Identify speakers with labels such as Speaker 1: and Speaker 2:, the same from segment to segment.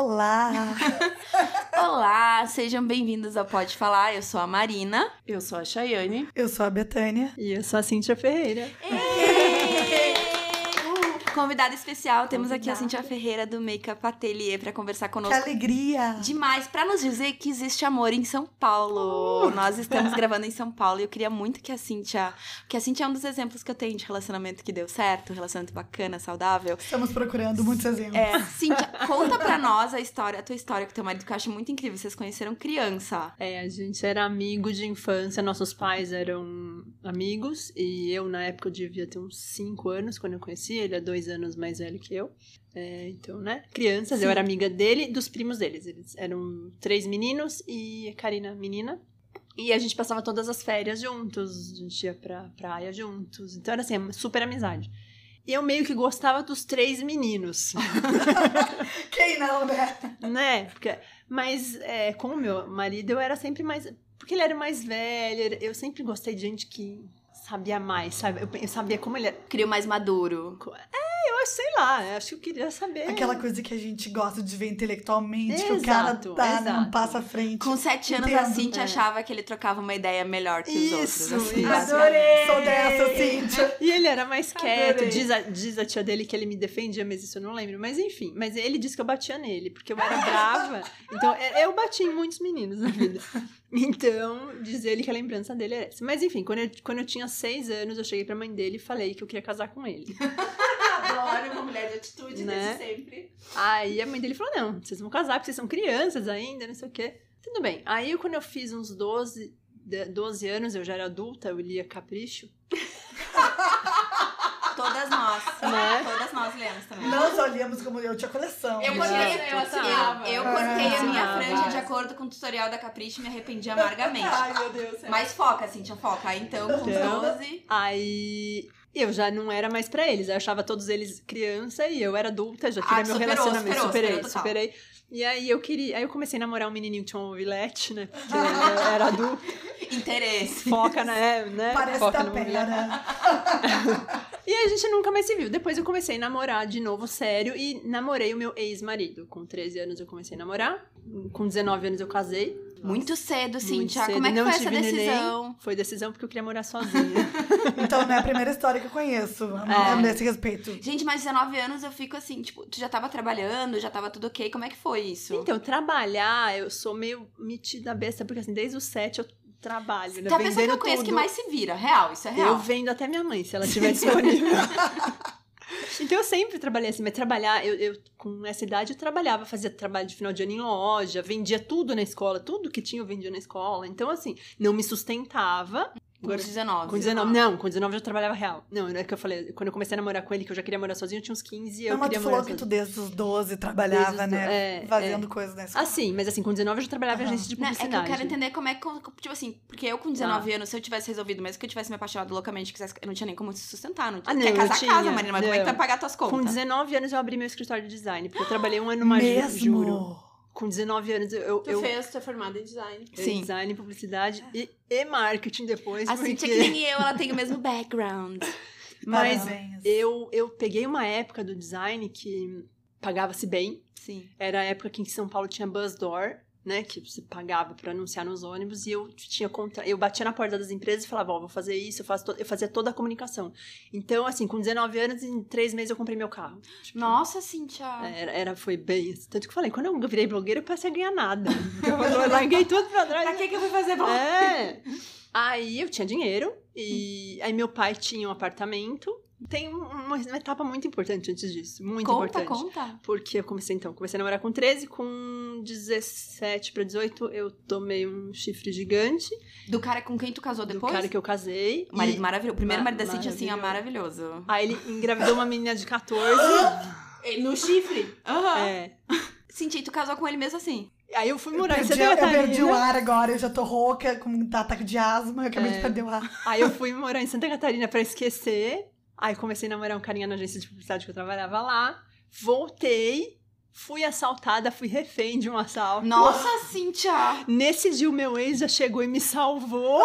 Speaker 1: Olá!
Speaker 2: Olá, sejam bem-vindos ao Pode Falar. Eu sou a Marina.
Speaker 3: Eu sou a Chayane.
Speaker 1: Eu sou a Betânia.
Speaker 4: E eu sou a Cíntia Ferreira.
Speaker 2: Uh, Convidada especial, temos aqui a Cintia Ferreira do Makeup Atelier para conversar
Speaker 1: Que
Speaker 2: conosco
Speaker 1: alegria!
Speaker 2: demais para nos dizer que existe amor em São
Speaker 3: Uh!
Speaker 2: Paulo. Nós estamos gravando em São Paulo e eu queria muito que a Cintia, porque a Cintia é um dos exemplos que eu tenho de relacionamento que deu certo, um relacionamento bacana, saudável.
Speaker 1: Estamos procurando muitos exemplos.
Speaker 2: É, Cintia, conta pra nós a história, a tua história com teu marido, que eu acho muito incrível. Vocês conheceram criança.
Speaker 4: É, a gente era amigo de infância, nossos pais eram amigos e eu na época eu devia ter uns 5 anos quando eu conheci, ele é dois anos mais velho que eu. É, então, né? Crianças, eu era amiga dele e dos primos deles. Eles eram três meninos e a Karina, menina. E a gente passava todas as férias juntos, a gente ia pra praia juntos. Então era assim, super amizade. E eu meio que gostava dos três meninos.
Speaker 1: Quem não, né?
Speaker 4: né? Porque, mas é, com o meu marido eu era sempre mais. Porque ele era mais velho, eu sempre gostei de gente que sabia mais, sabe? Eu, eu sabia como ele era. é,
Speaker 2: Crio mais maduro.
Speaker 4: Eu acho, sei lá, eu acho que eu queria saber.
Speaker 1: Aquela coisa que a gente gosta de ver intelectualmente, que o cara
Speaker 4: Exato,
Speaker 1: tá, não
Speaker 4: exato.
Speaker 1: passa à frente.
Speaker 2: Com sete anos, a
Speaker 1: Entendo.
Speaker 2: Cintia
Speaker 4: É.
Speaker 2: achava que ele trocava uma ideia melhor que os outros.
Speaker 4: Isso,
Speaker 2: assim,
Speaker 4: isso.
Speaker 2: basicamente.
Speaker 1: Sou dessa,
Speaker 4: assim.
Speaker 1: assim. Cíntia.
Speaker 4: E ele era mais quieto.
Speaker 1: Adorei.
Speaker 4: Diz a, diz a tia dele que ele me defendia, mas isso eu não lembro. Mas enfim, mas ele disse que eu batia nele, porque eu era brava. Então, é- eu bati em muitos meninos na vida. Então, diz ele que a lembrança dele era essa. Mas enfim, quando eu, quando eu tinha seis anos, eu cheguei pra mãe dele e falei que eu queria casar com ele.
Speaker 3: Adoro uma mulher de atitude
Speaker 4: Né?
Speaker 3: desde sempre.
Speaker 4: Aí a mãe dele falou: não, vocês vão casar, porque vocês são crianças ainda, não sei o quê. Tudo bem. Aí eu, quando eu fiz uns 12, de- 12 anos, eu já era adulta, eu lia Capricho.
Speaker 2: Todas nós.
Speaker 4: Né?
Speaker 2: Todas nós lemos também.
Speaker 1: Nós olhamos como eu tinha coleção.
Speaker 2: Eu
Speaker 1: né?
Speaker 4: é
Speaker 2: cortei,
Speaker 3: Eu assinava.
Speaker 2: eu, eu
Speaker 1: Ah,
Speaker 2: cortei a minha
Speaker 4: assinava.
Speaker 2: franja de acordo com o tutorial da Capricho e me arrependi amargamente.
Speaker 3: Ai, meu Deus. é.
Speaker 2: Mas foca, Cintia, foca. Aí, Então, com
Speaker 4: Então.
Speaker 2: 12.
Speaker 4: Aí eu já não era mais pra eles, eu achava todos eles criança e eu era adulta, já
Speaker 2: Ah,
Speaker 4: queria meu
Speaker 2: superou,
Speaker 4: relacionamento.
Speaker 2: superou,
Speaker 4: superei,
Speaker 2: superou total.
Speaker 4: superei. E aí eu queria. Aí eu comecei a namorar um menininho que tinha um mobilete, né? Porque eu era adulta,
Speaker 2: Interesse.
Speaker 4: foca na né?
Speaker 1: Parece né?
Speaker 4: foca
Speaker 1: da
Speaker 4: no mobilete.
Speaker 1: pera.
Speaker 4: E a gente nunca mais se viu. Depois eu comecei a namorar de novo, sério, e namorei o meu ex-marido. Com 13 anos eu comecei a namorar, com 19 anos eu casei.
Speaker 2: Muito cedo,
Speaker 4: Muito
Speaker 2: Cintia.
Speaker 4: cedo,
Speaker 2: Como é que
Speaker 4: não
Speaker 2: foi essa
Speaker 4: tive neném.
Speaker 2: decisão?
Speaker 4: Foi decisão porque eu queria morar sozinha.
Speaker 1: Então, né, a primeira história que eu conheço
Speaker 4: É.
Speaker 1: nesse respeito.
Speaker 2: Gente, mas 19 anos eu fico assim, tipo, tu já tava trabalhando, já tava tudo ok. Como é que foi isso?
Speaker 4: então, trabalhar, eu sou meio metida besta, porque assim, desde os 7 eu trabalho, né?
Speaker 2: Tem a pessoa Tá que
Speaker 4: Vendendo
Speaker 2: eu conheço que
Speaker 4: tudo.
Speaker 2: mais se vira. Real, isso é
Speaker 4: Eu
Speaker 2: real.
Speaker 4: vendo até minha mãe, se ela estiver disponível. então eu sempre trabalhei assim, mas trabalhar, eu, eu com essa idade eu trabalhava, fazia trabalho de final de ano em loja, vendia tudo na escola, tudo que tinha eu vendia na escola. Então, assim, não me sustentava.
Speaker 2: Com 19.
Speaker 4: Com 19, não, com 19 eu já trabalhava real. Não, não é que eu falei, quando eu comecei a namorar com ele, que eu já queria morar sozinha, eu tinha uns 15 e eu
Speaker 1: Não, mas
Speaker 4: queria
Speaker 1: tu falou
Speaker 4: morar
Speaker 1: que
Speaker 4: sozinha.
Speaker 1: tu desde os 12 trabalhava,
Speaker 4: Desde os do-
Speaker 1: né?
Speaker 4: é,
Speaker 1: fazendo coisas na escola.
Speaker 4: Assim, mas assim, com 19 eu já trabalhava em
Speaker 1: Aham.
Speaker 4: agência de
Speaker 2: Não, é que
Speaker 4: publicidade.
Speaker 2: eu quero entender como é que. eu- Tipo assim, porque eu com 19
Speaker 4: Tá.
Speaker 2: anos, se eu tivesse resolvido, mesmo que eu tivesse me apaixonado loucamente, quisesse, eu não tinha nem como se sustentar. Não, quer
Speaker 4: Ah, não,
Speaker 2: casar,
Speaker 4: eu
Speaker 2: casa,
Speaker 4: tinha.
Speaker 2: Marina, mas como é que tu vai
Speaker 4: Não.
Speaker 2: pagar tuas
Speaker 4: Com
Speaker 2: contas?
Speaker 4: 19 anos eu abri meu escritório de design, porque eu trabalhei um ano mais, ju-
Speaker 1: Mesmo.
Speaker 4: juro. Com 19 anos eu- eu,
Speaker 3: Tu
Speaker 4: eu
Speaker 3: fez, tu é formada em design.
Speaker 2: Sim.
Speaker 4: Design, publicidade e, e marketing depois.
Speaker 2: A Cintia, que
Speaker 4: porque...
Speaker 2: nem eu, ela tem o mesmo background.
Speaker 4: Mas
Speaker 1: Parabéns.
Speaker 4: eu, eu peguei uma época do design que pagava-se bem.
Speaker 2: Sim.
Speaker 4: Era a época que em São Paulo tinha Buzzdoor, né? Que você pagava pra anunciar nos ônibus. E eu tinha contra... eu batia na porta das empresas e falava, ó, vou fazer isso. Eu, faço to- eu fazia toda a comunicação. Então, assim, com 19 anos, em três meses eu comprei meu carro. Tipo,
Speaker 2: Nossa, Cintia.
Speaker 4: Era, era- foi bem. isso. Tanto que eu falei, quando eu virei blogueira, eu passei a ganhar nada. Eu larguei tudo pra trás.
Speaker 3: Pra que que eu vou fazer bom?
Speaker 4: É. Aí eu tinha dinheiro e
Speaker 2: Hum.
Speaker 4: aí meu pai tinha um apartamento. Tem um- uma, uma etapa muito importante antes disso, muito
Speaker 2: conta,
Speaker 4: importante.
Speaker 2: conta.
Speaker 4: Porque eu comecei então, comecei a namorar com 13, com 17 pra 18 eu tomei um chifre gigante
Speaker 2: Do cara com quem tu casou
Speaker 4: do
Speaker 2: depois?
Speaker 4: cara que eu casei.
Speaker 2: O marido
Speaker 4: e-
Speaker 2: maravilhoso. O primeiro
Speaker 4: Ma-
Speaker 2: marido da Cintia, assim, é maravilhoso.
Speaker 4: Aí ele engravidou uma menina de 14.
Speaker 3: E No chifre.
Speaker 4: é.
Speaker 2: Cintia, e tu casou com ele mesmo assim?
Speaker 4: Aí eu fui
Speaker 1: Eu
Speaker 4: morar em
Speaker 1: perdi,
Speaker 4: Santa
Speaker 1: eu
Speaker 4: Catarina.
Speaker 1: perdi o ar agora, eu já tô rouca, com um ataque de asma, eu acabei de perder o ar.
Speaker 4: Aí eu fui morar em Santa Catarina pra esquecer. Aí comecei a namorar um carinha na agência de publicidade que eu trabalhava lá. Voltei, fui assaltada, fui refém de um assalto.
Speaker 2: Nossa, Cintia!
Speaker 4: Nesse dia o meu ex já chegou e me salvou.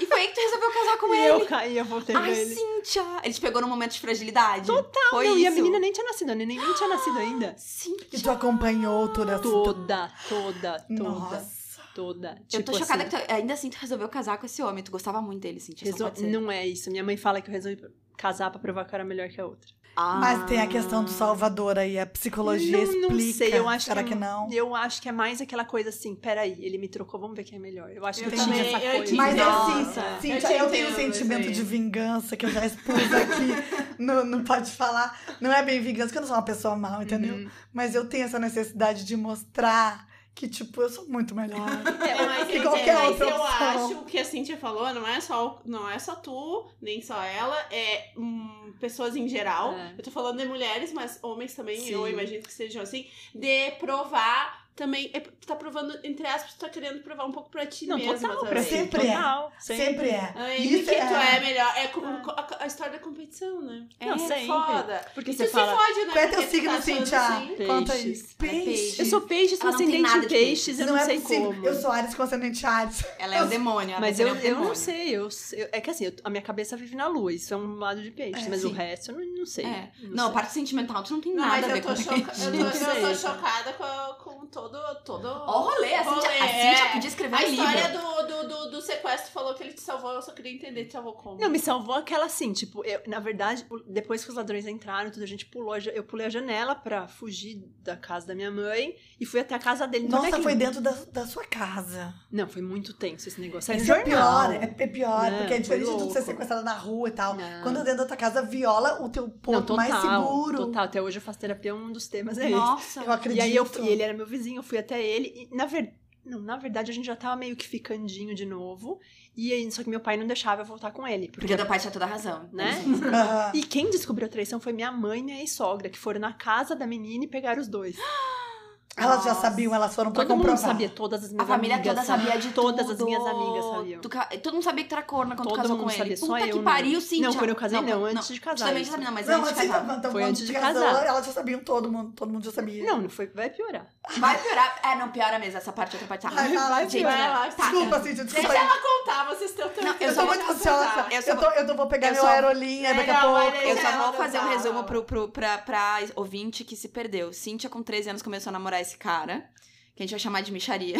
Speaker 2: E Foi aí que tu resolveu casar com
Speaker 4: e
Speaker 2: ele.
Speaker 4: eu caí, eu voltei
Speaker 2: Ai,
Speaker 4: nele.
Speaker 2: Cíntia! Ele te pegou num momento de fragilidade. Total, Foi
Speaker 4: não,
Speaker 2: isso.
Speaker 4: e a menina Então, nem tinha nascido, nem, nem tinha nascido ainda.
Speaker 1: E
Speaker 2: Cíntia.
Speaker 1: tu acompanhou toda a situ-
Speaker 4: Toda, toda, toda,
Speaker 1: Nossa.
Speaker 4: toda.
Speaker 2: eu tô
Speaker 4: Tipo
Speaker 2: chocada
Speaker 4: assim,
Speaker 2: que tu, ainda assim tu resolveu casar com esse homem. Tu gostava muito dele, Cíntia. Só
Speaker 4: resol-
Speaker 2: pode ser.
Speaker 4: Não é isso. Minha mãe fala que eu resolvi casar pra provar que eu era melhor que a outra.
Speaker 2: Ah.
Speaker 1: Mas tem a questão do Salvador aí, a psicologia
Speaker 4: não,
Speaker 1: explica.
Speaker 4: não sei, eu acho
Speaker 1: Será
Speaker 4: que, um
Speaker 1: que, não?
Speaker 4: Eu acho que é mais aquela coisa assim, peraí, ele me trocou, vamos ver quem é melhor. Eu acho que
Speaker 3: Eu
Speaker 4: eu, tinha
Speaker 1: também,
Speaker 4: essa
Speaker 3: eu
Speaker 4: coisa.
Speaker 3: te
Speaker 1: Mas
Speaker 3: entendo.
Speaker 1: assim,
Speaker 3: Nossa.
Speaker 1: Cintia,
Speaker 3: Eu te
Speaker 1: eu, tenho um
Speaker 3: entendo,
Speaker 1: sentimento
Speaker 3: isso aí.
Speaker 1: de vingança que eu já expus aqui no, no Pode Falar. Não é bem vingança, porque eu não sou uma pessoa mal, entendeu?
Speaker 4: Uhum.
Speaker 1: Mas eu tenho essa necessidade de mostrar que, tipo, eu sou muito melhor.
Speaker 3: É, mas,
Speaker 1: Que
Speaker 3: eu-
Speaker 1: qualquer
Speaker 3: mas
Speaker 1: outra
Speaker 3: eu
Speaker 1: opção.
Speaker 3: acho que a Cintia falou, não é só, o- não é só tu, nem só ela, é hum, pessoas em geral.
Speaker 4: É.
Speaker 3: Eu tô falando de mulheres, mas homens também,
Speaker 4: Sim.
Speaker 3: eu imagino que sejam assim, de provar também. é, tu tá provando, entre aspas, tu tá querendo provar um pouco pra ti
Speaker 4: Não,
Speaker 3: mesma.
Speaker 4: total,
Speaker 3: também.
Speaker 4: pra
Speaker 1: Sempre
Speaker 4: sempre.
Speaker 1: é.
Speaker 4: Total,
Speaker 1: Sempre é.
Speaker 3: Ai,
Speaker 1: Isso
Speaker 3: de que
Speaker 1: é-
Speaker 3: tu é melhor. É com- com a, a história da competição, né?
Speaker 4: Não,
Speaker 3: é
Speaker 4: Ah. sempre.
Speaker 3: foda.
Speaker 4: Porque
Speaker 3: E
Speaker 4: você
Speaker 3: tu
Speaker 4: fala,
Speaker 3: se fode, né?
Speaker 1: Qual é teu
Speaker 3: Porque tu
Speaker 1: signo,
Speaker 3: tá achando
Speaker 1: Cintia?
Speaker 3: assim.
Speaker 1: Conta
Speaker 4: Peixes.
Speaker 1: isso.
Speaker 2: Ela é peixe.
Speaker 4: eu sou peixe, sou
Speaker 2: Ela não tem
Speaker 4: ascendente
Speaker 2: nada
Speaker 4: em
Speaker 2: de
Speaker 4: peixes, eu não,
Speaker 1: é
Speaker 4: sei
Speaker 1: possível.
Speaker 4: como.
Speaker 1: Eu sou Ares com ascendente Ares.
Speaker 2: Ela é o demônio.
Speaker 4: Mas
Speaker 2: ela
Speaker 4: eu,
Speaker 2: é o
Speaker 4: eu
Speaker 2: demônio.
Speaker 4: não sei, eu, eu- é que assim, eu- a minha cabeça vive na lua, isso é um lado de peixe,
Speaker 1: É,
Speaker 4: mas o
Speaker 2: sim.
Speaker 4: resto eu não, não sei.
Speaker 2: É. Não, a
Speaker 4: sei.
Speaker 2: parte sentimental tu não tem
Speaker 3: Não,
Speaker 2: nada
Speaker 3: mas
Speaker 2: a ver
Speaker 3: eu tô,
Speaker 2: com
Speaker 3: choca... eu, tô,
Speaker 4: Não sei.
Speaker 3: eu tô chocada com, com todo. todo...
Speaker 2: Ó, o rolê, a Cintia, a
Speaker 3: Rolê,
Speaker 2: Cintia
Speaker 3: é.
Speaker 2: podia escrever
Speaker 3: A
Speaker 2: um livro.
Speaker 3: história do, do, do, do sequestro falou que ele te salvou, eu só queria entender te salvou como.
Speaker 4: Não, me salvou aquela assim, tipo, eu- na verdade, o- depois que os ladrões entraram, tudo, a gente pulou, a ja- eu pulei a janela pra fugir da casa da minha mãe e fui até a casa dele. Então, não é
Speaker 1: Nossa,
Speaker 4: que-
Speaker 1: foi dentro da, da sua casa.
Speaker 4: Não, foi muito tenso esse negócio. É
Speaker 1: Isso é
Speaker 4: jornal.
Speaker 1: pior, é, é pior,
Speaker 4: Não,
Speaker 1: porque é
Speaker 4: foi
Speaker 1: diferente de tu ser
Speaker 4: louco.
Speaker 1: sequestrada na rua e tal.
Speaker 4: Não.
Speaker 1: Quando dentro da tua casa viola o teu ponto
Speaker 4: Não, total,
Speaker 1: mais seguro.
Speaker 4: Total, até hoje eu faço terapia, um dos temas é esse.
Speaker 2: Nossa.
Speaker 1: Eu acredito.
Speaker 4: E aí eu fui, ele era meu vizinho, eu fui até ele, e na verdade. Não, na verdade a gente já tava meio que ficandinho de novo. E aí, só que meu pai não deixava eu voltar com ele. Porque,
Speaker 2: Porque teu pai tinha toda a razão.
Speaker 4: né?
Speaker 1: Aham.
Speaker 4: E quem descobriu a traição foi minha mãe e minha ex-sogra, que foram na casa da menina e pegaram os dois.
Speaker 2: Ah,
Speaker 1: Elas já
Speaker 2: Nossa.
Speaker 1: sabiam, elas foram pra
Speaker 4: Todo mundo
Speaker 1: comprovar.
Speaker 4: sabia, todas as minhas
Speaker 2: A família
Speaker 4: amigas
Speaker 2: toda sabia de
Speaker 4: Todas
Speaker 2: tudo.
Speaker 4: as minhas amigas sabiam.
Speaker 2: Tu ca- Todo mundo sabia que tu era corna quando
Speaker 4: Todo
Speaker 2: tu casou
Speaker 4: mundo
Speaker 2: com ele.
Speaker 4: sabia, só
Speaker 2: Puta
Speaker 4: eu
Speaker 2: que
Speaker 4: não.
Speaker 2: pariu, Cintia.
Speaker 4: Não, quando eu casei, não, antes de casar,
Speaker 2: Tu também já
Speaker 4: isso.
Speaker 2: sabia, não, mas
Speaker 1: Não,
Speaker 2: antes
Speaker 1: mas
Speaker 2: de casar.
Speaker 1: então, então
Speaker 4: Foi
Speaker 1: quando
Speaker 4: antes de
Speaker 1: casou,
Speaker 4: casar.
Speaker 1: elas já sabiam todo mundo, todo mundo já sabia.
Speaker 4: Não, não foi, vai piorar.
Speaker 2: Vai piorar. É, não, piora mesmo essa parte, outra parte. tá.
Speaker 1: Vai, vai, vai,
Speaker 2: Gente,
Speaker 3: vai
Speaker 2: né?
Speaker 3: lá,
Speaker 2: Tá,
Speaker 1: Desculpa, Cintia, desculpa.
Speaker 3: Deixa ela contar, tá, vocês estão tão-
Speaker 2: Não, eu
Speaker 1: Eu
Speaker 2: só
Speaker 1: tô
Speaker 2: vou
Speaker 1: muito
Speaker 2: te
Speaker 1: ansiosa.
Speaker 3: contar.
Speaker 2: Eu
Speaker 1: Eu,
Speaker 2: só
Speaker 1: tô, eu tô, vou pegar
Speaker 2: eu
Speaker 1: meu
Speaker 2: só-
Speaker 1: aerolinha daqui a
Speaker 3: Não, vai
Speaker 1: pouco.
Speaker 2: Eu só
Speaker 3: Não,
Speaker 2: vou
Speaker 3: não
Speaker 2: fazer um
Speaker 3: dá.
Speaker 2: resumo pro, pro, pra, pra ouvinte que se perdeu. Cíntia, com 13 anos, começou a namorar esse cara, que a gente vai chamar de micharia.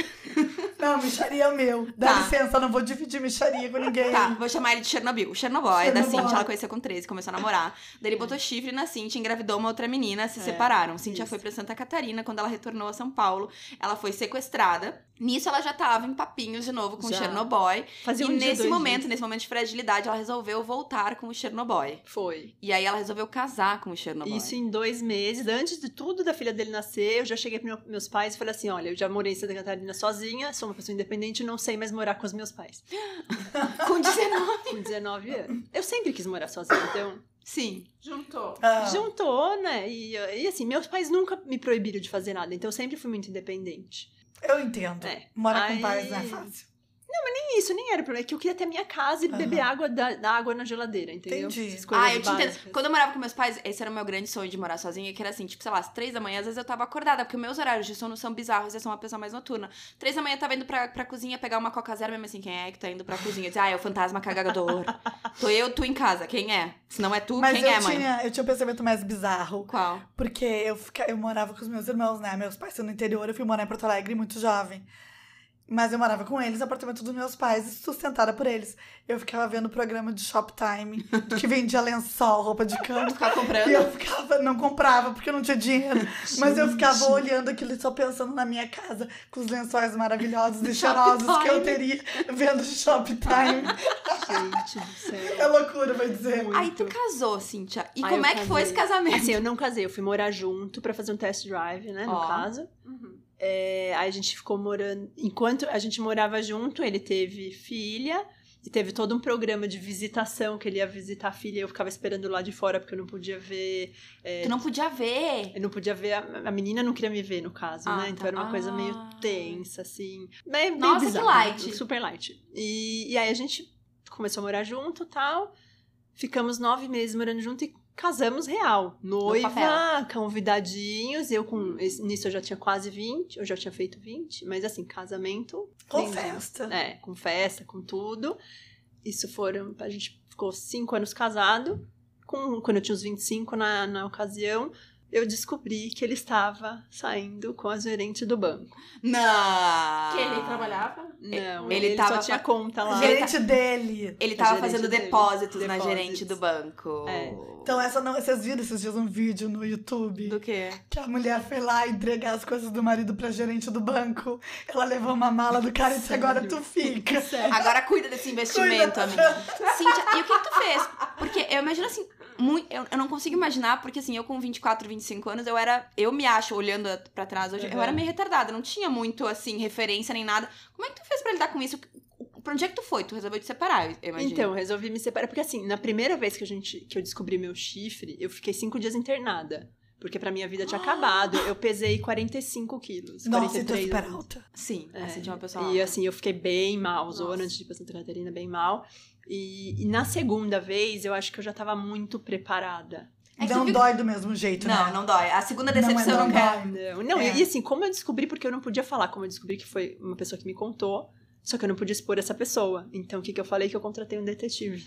Speaker 1: Não, micharia é o meu. Dá
Speaker 2: Tá.
Speaker 1: licença, eu não vou dividir micharia com ninguém.
Speaker 2: Tá, vou chamar ele de Chernobyl. O Chernobyl, é da
Speaker 1: É. Chernobyl.
Speaker 2: Cintia, ela conheceu com 13, começou a namorar. Daí ele botou chifre na Cintia, engravidou uma outra menina, se
Speaker 4: É,
Speaker 2: separaram. Cintia
Speaker 4: isso.
Speaker 2: foi pra Santa Catarina, quando ela retornou a São Paulo, ela foi sequestrada. Nisso ela já tava em papinhos de novo com
Speaker 4: Já.
Speaker 2: o Chernobyl.
Speaker 4: Fazia
Speaker 2: e
Speaker 4: um dia,
Speaker 2: nesse
Speaker 4: dois
Speaker 2: momento,
Speaker 4: dias.
Speaker 2: nesse momento de fragilidade, ela resolveu voltar com o Chernobyl.
Speaker 4: Foi.
Speaker 2: E aí ela resolveu casar com o Chernobyl.
Speaker 4: Isso em dois meses, antes de tudo da filha dele nascer, eu já cheguei para meus pais e falei assim: olha, eu já morei em Santa Catarina sozinha, sou uma pessoa independente, não sei mais morar com os meus pais.
Speaker 2: Com 19.
Speaker 4: Com 19 anos. Eu sempre quis morar sozinha, então.
Speaker 2: Sim.
Speaker 3: Juntou.
Speaker 1: Ah,
Speaker 4: Juntou, né? E, e assim, meus pais nunca me proibiram de fazer nada, então eu sempre fui muito independente.
Speaker 1: eu entendo.
Speaker 4: É.
Speaker 1: Mora
Speaker 4: Aí-
Speaker 1: com pais não é fácil.
Speaker 4: E isso nem era o problema, é que eu queria ter minha casa e
Speaker 1: Aham.
Speaker 4: beber água da, da água na geladeira, entendeu?
Speaker 1: Entendi.
Speaker 4: Essas coisas
Speaker 2: Ah, eu te
Speaker 4: básicas.
Speaker 2: entendo. Quando eu morava com meus pais, esse era o meu grande sonho de morar sozinha, que era assim, tipo, sei lá, às três da manhã, às vezes eu tava acordada, porque meus horários de sono são bizarros, eu sou uma pessoa mais noturna. Três da manhã eu tava indo pra, pra cozinha pegar uma coca zero, mesmo assim, quem é que tá indo pra cozinha? Eu dizia, ah, é o fantasma cagador. Tô eu, tu em casa, quem é? Se não é tu,
Speaker 1: Mas
Speaker 2: quem
Speaker 1: eu,
Speaker 2: é, mãe?
Speaker 1: tinha, eu tinha um pensamento mais bizarro.
Speaker 2: Qual?
Speaker 1: Porque eu, fica, eu morava com os meus irmãos, né? Meus pais são no interior, eu fui morar em Porto Alegre muito jovem. Mas eu morava com eles, no apartamento dos meus pais, sustentada por eles. Eu ficava vendo o programa de Shoptime, que vendia lençol, roupa de cama.
Speaker 2: Tu ficava comprando?
Speaker 1: E eu ficava, não comprava, porque eu não tinha dinheiro. Mas eu ficava olhando aquilo e só pensando na minha casa, com os lençóis maravilhosos e cheirosos que eu
Speaker 2: Shoptime.
Speaker 1: teria vendo Shoptime.
Speaker 4: Gente do
Speaker 1: É
Speaker 4: céu.
Speaker 1: loucura, vai dizer.
Speaker 4: Muito.
Speaker 2: Aí tu casou, Cíntia. E
Speaker 4: Aí
Speaker 2: como
Speaker 4: eu
Speaker 2: é que foi
Speaker 4: casei.
Speaker 2: esse casamento?
Speaker 4: Assim, eu não casei, eu fui morar junto pra fazer um test drive, né? No
Speaker 2: Ó.
Speaker 4: caso.
Speaker 3: Uhum.
Speaker 4: É, aí a gente ficou morando. Enquanto a gente morava junto, ele teve filha. E teve todo um programa de visitação que ele ia visitar a filha e eu ficava esperando lá de fora porque eu não podia ver.
Speaker 2: Tu não podia ver.
Speaker 4: Eu não podia ver. A, a menina não queria me ver, no caso,
Speaker 2: Ah,
Speaker 4: né? Então
Speaker 2: tá.
Speaker 4: era uma coisa meio
Speaker 2: Ah.
Speaker 4: tensa, assim. Mas é bem
Speaker 2: Nossa, que
Speaker 4: bizarro,
Speaker 2: light.
Speaker 4: Super light. E, e aí a gente começou a morar junto e tal. Ficamos nove meses morando junto e casamos real. Noiva,
Speaker 2: papel.
Speaker 4: convidadinhos. Eu com. esse- Nisso eu já tinha quase 20, eu já tinha feito 20, mas assim, casamento.
Speaker 1: Com
Speaker 4: lindo.
Speaker 2: Uhum.
Speaker 1: festa.
Speaker 4: É, com festa, com tudo. Isso foram. A gente ficou cinco anos casado. Com, quando eu tinha uns 25 na, na ocasião, eu descobri que ele estava saindo com a gerente do banco.
Speaker 2: Não!
Speaker 3: Que ele trabalhava?
Speaker 4: Não,
Speaker 2: ele
Speaker 4: ele,
Speaker 2: tava
Speaker 4: só tinha
Speaker 2: fa-
Speaker 4: conta lá.
Speaker 2: Ele
Speaker 1: Gerente dele.
Speaker 2: Ele tava
Speaker 4: gerente
Speaker 2: fazendo
Speaker 4: dele.
Speaker 2: depósitos, na
Speaker 4: Depósitos.
Speaker 2: gerente do banco.
Speaker 4: É.
Speaker 1: Então essa não. Vocês viram esses dias um vídeo no YouTube?
Speaker 2: Do quê?
Speaker 1: Que a mulher foi lá entregar as coisas do marido pra gerente do banco. Ela levou uma mala do cara e disse: agora tu fica.
Speaker 4: Então-
Speaker 2: Agora cuida desse investimento,
Speaker 1: Cuida.
Speaker 2: amiga. Cíntia, e o que tu fez? Porque eu imagino assim, muito, eu, eu não consigo imaginar, porque assim, eu com 24, 25 anos, eu era. Eu me acho, olhando a- pra trás hoje, eu
Speaker 4: Uhum.
Speaker 2: era meio retardada, não tinha muito, assim, referência nem nada. Como é que tu fez pra lidar com isso? Pra onde é que tu foi? Tu resolveu te separar, eu imagino.
Speaker 4: Então, resolvi me separar. Porque assim, na primeira vez que, a gente, que eu descobri meu chifre, eu fiquei cinco dias internada. Porque pra minha vida tinha
Speaker 2: Ah!
Speaker 4: acabado. Eu pesei 45 quilos.
Speaker 1: Nossa, então
Speaker 4: 43
Speaker 1: super alta.
Speaker 2: Sim,
Speaker 4: É,
Speaker 2: assim, tinha uma pessoa.
Speaker 4: E
Speaker 2: lá.
Speaker 4: assim, eu fiquei bem mal, zona
Speaker 3: Nossa.
Speaker 4: de Santa Catarina, bem mal. E, e na segunda vez, eu acho que eu já tava muito preparada.
Speaker 2: É que tu
Speaker 1: não
Speaker 2: fica-
Speaker 1: dói do mesmo jeito,
Speaker 2: Não,
Speaker 1: né?
Speaker 2: não dói. A segunda
Speaker 1: Não é
Speaker 2: decepção não,
Speaker 1: normal.
Speaker 2: quer.
Speaker 4: Não, não
Speaker 1: É.
Speaker 4: e, e assim, como eu descobri, porque eu não podia falar, como eu descobri que foi uma pessoa que me contou, só que eu não podia expor essa pessoa. Então, o que, que eu falei? Que eu contratei um detetive.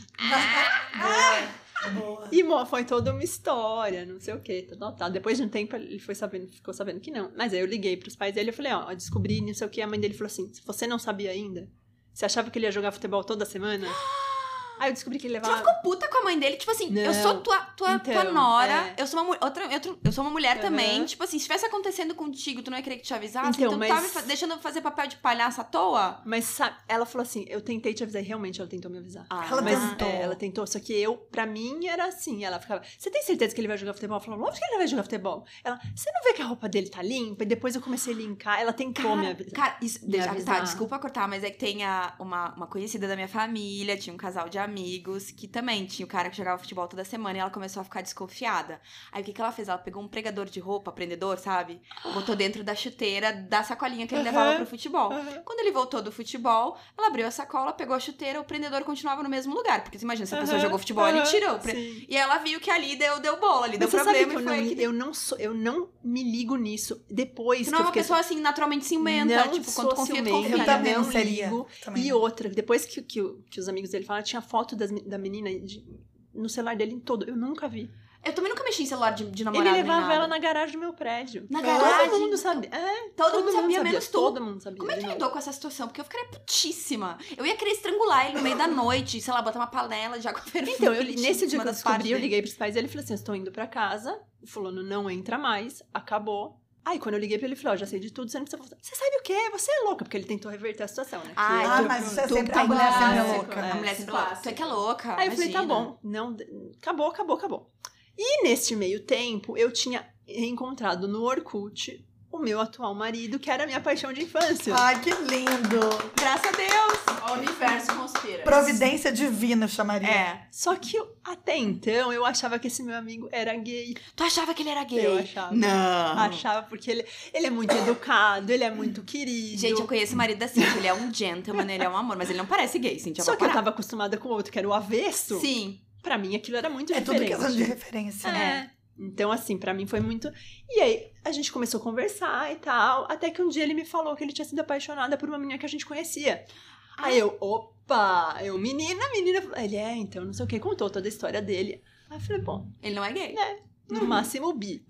Speaker 1: Ah, Boa.
Speaker 4: E mo- foi toda uma história, não sei o que, tal, tal, tal. Depois de um tempo, ele foi sabendo, ficou sabendo que não. Mas aí eu liguei pros pais dele, eu falei, ó, eu descobri, não sei o que. A mãe dele falou assim, se você não sabia ainda, você achava que ele ia jogar futebol toda semana? aí eu descobri que ele
Speaker 2: Tu não
Speaker 4: levava...
Speaker 2: ficou puta com a mãe dele? Tipo assim, eu
Speaker 4: Não.
Speaker 2: sou tua, tua, tua
Speaker 4: Então,
Speaker 2: nora,
Speaker 4: é.
Speaker 2: eu sou uma mulher. Outra, outro- eu sou uma mulher
Speaker 4: Aham.
Speaker 2: também. Tipo assim, se estivesse acontecendo contigo, tu não ia querer que te avisasse. Então,
Speaker 4: Então,
Speaker 2: tu
Speaker 4: mas-
Speaker 2: tava me fa- deixando eu fazer papel de palhaça à toa?
Speaker 4: Mas sabe, ela falou assim, eu tentei te avisar, e realmente ela tentou me avisar.
Speaker 2: Ah,
Speaker 1: Ela
Speaker 4: Mas
Speaker 1: tentou.
Speaker 4: é, ela tentou, só que eu, pra mim, era assim. Ela ficava, você tem certeza que ele vai jogar futebol? Eu falava, lógico que ele não vai jogar futebol. Ela, você não vê que a roupa dele tá limpa? E depois eu comecei a linkar, ela tentou me
Speaker 2: Cara,
Speaker 4: avisar.
Speaker 2: cara, isso,
Speaker 4: me
Speaker 2: deixa- ah, tá,
Speaker 4: avisar.
Speaker 2: desculpa cortar, mas é que tem a- uma, uma conhecida da minha família, tinha um casal de amigos que também tinha o cara que jogava futebol toda semana e ela começou a ficar desconfiada. Aí o que, que ela fez? Ela pegou um pregador de roupa, prendedor, sabe? Botou dentro da chuteira da sacolinha que ele
Speaker 4: Aham.
Speaker 2: levava pro futebol.
Speaker 4: Aham.
Speaker 2: Quando ele voltou do futebol, ela abriu a sacola, pegou a chuteira, o prendedor continuava no mesmo lugar. Porque você imagina, se a pessoa
Speaker 4: Aham,
Speaker 2: jogou futebol, ele
Speaker 4: aham,
Speaker 2: tirou. o pre-
Speaker 4: sim.
Speaker 2: E ela viu que ali deu, deu bola, ali deu
Speaker 4: Mas você sabe
Speaker 2: problema e
Speaker 4: que eu não,
Speaker 2: foi
Speaker 4: me-
Speaker 2: aqui.
Speaker 4: eu não sou, eu não me ligo nisso. Depois
Speaker 2: Tu
Speaker 4: que
Speaker 2: não é
Speaker 4: eu
Speaker 2: uma
Speaker 4: fiquei
Speaker 2: pessoa assim, naturalmente ciumenta.
Speaker 4: Não
Speaker 2: tipo, quando
Speaker 4: sou
Speaker 2: tu confia, tu
Speaker 4: ciumenta,
Speaker 2: confia.
Speaker 1: Eu também
Speaker 4: não
Speaker 1: não seria.
Speaker 4: ligo.
Speaker 1: Também
Speaker 4: assim, E
Speaker 1: não.
Speaker 4: outra, depois que, que, o- que os amigos dele falaram, tinha foto das me- da menina de- no celular dele em todo. Eu nunca vi.
Speaker 2: Eu também nunca mexi em celular de, de namorado.
Speaker 4: Ele
Speaker 2: nem
Speaker 4: levava
Speaker 2: nada.
Speaker 4: ela na garagem do meu prédio.
Speaker 2: Na
Speaker 1: Todo
Speaker 2: garagem.
Speaker 4: Todo mundo sabia. É,
Speaker 2: Todo, mundo sabia, menos tu.
Speaker 4: Todo mundo sabia.
Speaker 2: Como é que tu
Speaker 4: de
Speaker 2: lidou com essa situação? Porque eu ficaria putíssima. Eu ia querer estrangular ele no meio da noite, sei lá, botar uma panela de água fervente.
Speaker 4: Então, eu, li- nesse
Speaker 2: um em
Speaker 4: dia
Speaker 2: cima
Speaker 4: que eu
Speaker 2: das partes
Speaker 4: descobri, eu
Speaker 2: dele.
Speaker 4: liguei pros pais e ele falou assim: eu estou indo pra casa. O fulano não entra mais, acabou. Aí, quando eu liguei pra ele, ele falou: ó, já sei de tudo, você não precisa falar. Você sabe o quê? Você é louca, porque ele tentou reverter a situação, né? Que
Speaker 2: Ai,
Speaker 4: eu-
Speaker 1: Ah,
Speaker 2: tu-
Speaker 1: mas isso é
Speaker 2: tu-
Speaker 1: sempre
Speaker 2: tá
Speaker 1: a mulher
Speaker 2: bom.
Speaker 1: sempre é
Speaker 4: clássico,
Speaker 1: louca.
Speaker 2: A mulher sempre fala, tu é que é louca.
Speaker 4: Aí eu falei, tá
Speaker 2: imagina.
Speaker 4: bom, não, acabou, acabou, acabou. E neste meio tempo, eu tinha encontrado no Orkut o meu atual marido, que era a minha paixão de infância.
Speaker 1: É.
Speaker 2: Ah.
Speaker 1: Ai, que lindo!
Speaker 2: Graças a Deus.
Speaker 3: O universo conspira.
Speaker 1: Providência divina, eu chamaria.
Speaker 2: É.
Speaker 4: Só que eu- até então eu achava que esse meu amigo era gay.
Speaker 2: Tu achava que ele era gay?
Speaker 4: Eu achava.
Speaker 2: Não.
Speaker 4: Achava porque ele, ele é muito educado, ele é muito querido.
Speaker 2: Gente, eu conheço o marido da Cintia. Ele é um gentleman, ele é um amor, mas ele não parece gay, Cintia.
Speaker 4: Só
Speaker 2: vou
Speaker 4: que eu
Speaker 2: parar.
Speaker 4: tava acostumada com o outro, que era o avesso.
Speaker 2: Sim.
Speaker 4: Pra mim aquilo era muito
Speaker 1: É tudo
Speaker 4: diferente.
Speaker 1: questão de referência, né?
Speaker 4: É. Então, assim, pra mim foi muito. E aí, a gente começou a conversar e tal. Até que um dia ele me falou que ele tinha sido apaixonada por uma menina que a gente conhecia. Aí eu, opa! Eu, menina, menina. Ele é, então, não sei o que, contou toda a história dele. Aí eu falei, bom,
Speaker 2: Ele não é gay.
Speaker 4: no máximo bi.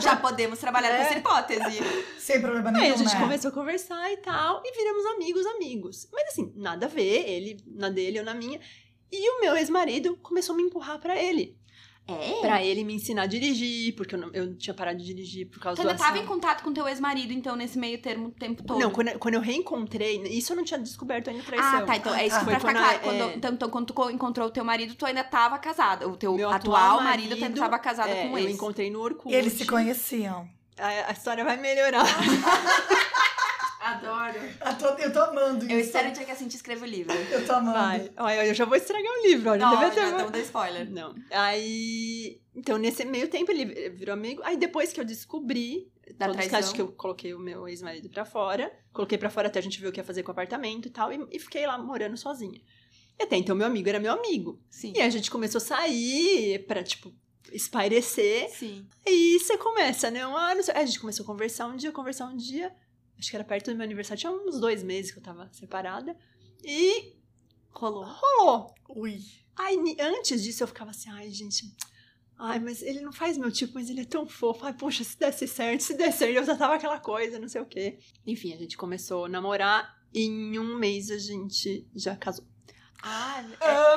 Speaker 2: Já podemos trabalhar com
Speaker 4: É.
Speaker 2: essa hipótese.
Speaker 1: Sem problema nenhum,
Speaker 4: Aí a gente
Speaker 2: é?
Speaker 1: né?
Speaker 4: começou a conversar e tal, e viramos amigos, amigos. Mas assim, nada a ver, ele na dele, eu na minha. E o meu ex-marido começou a me empurrar pra ele.
Speaker 2: É?
Speaker 4: Pra ele me ensinar a dirigir, porque eu, não, eu tinha parado de dirigir por causa
Speaker 2: Tu
Speaker 4: do
Speaker 2: ainda Então tava
Speaker 4: acidente.
Speaker 2: em contato com teu ex-marido, então, nesse meio termo, o tempo todo?
Speaker 4: Não, quando, eu- quando eu reencontrei, isso eu não tinha descoberto ainda traição.
Speaker 2: Ah, tá. Então, é isso
Speaker 1: Ah,
Speaker 2: que
Speaker 4: foi
Speaker 2: pra ficar
Speaker 4: quando
Speaker 2: claro.
Speaker 4: a-
Speaker 2: Quando-
Speaker 4: é.
Speaker 2: então, então, quando tu co- encontrou o teu marido, tu ainda tava casada. O teu
Speaker 4: Meu
Speaker 2: atual,
Speaker 4: atual
Speaker 2: marido, tu ainda
Speaker 4: marido,
Speaker 2: tava casada
Speaker 4: É,
Speaker 2: com
Speaker 4: eu
Speaker 2: ele.
Speaker 4: encontrei no Orkut.
Speaker 1: Eles se conheciam.
Speaker 4: A, a história vai melhorar.
Speaker 3: Adoro.
Speaker 1: Eu tô, eu tô amando
Speaker 2: Eu
Speaker 1: isso.
Speaker 2: espero o dia que assim te escreva o livro.
Speaker 1: Eu tô
Speaker 2: Ah.
Speaker 1: amando.
Speaker 4: Vai. Olha, eu já vou estragar o livro, olha.
Speaker 2: Não,
Speaker 4: devia
Speaker 2: não,
Speaker 4: ter-
Speaker 2: não dá spoiler.
Speaker 4: Não. Aí. Então, nesse meio tempo, ele virou amigo. Aí, depois que eu descobri.
Speaker 2: Da
Speaker 4: todos os
Speaker 2: traição.
Speaker 4: casos que eu coloquei o meu ex-marido pra fora. Coloquei pra fora até a gente ver o que ia fazer com o apartamento e tal. E, e fiquei lá morando sozinha. E até então, meu amigo era meu amigo.
Speaker 2: Sim.
Speaker 4: E aí a gente começou a sair pra, tipo, espairecer.
Speaker 2: Sim.
Speaker 4: Aí você começa, né? Um ano. Aí a gente começou a conversar um dia, conversar um dia. Acho que era perto do meu aniversário, tinha uns dois meses que eu tava separada. E
Speaker 2: Rolou.
Speaker 4: Rolou.
Speaker 1: Ui.
Speaker 4: Ai, ni- antes disso eu ficava assim, ai, gente. Ai, mas ele não faz meu tipo, mas ele é tão fofo. Ai, poxa, se desse certo, se der certo, eu já tava aquela coisa, não sei o quê. Enfim, a gente começou a namorar e em um mês a gente já casou.
Speaker 2: Ah,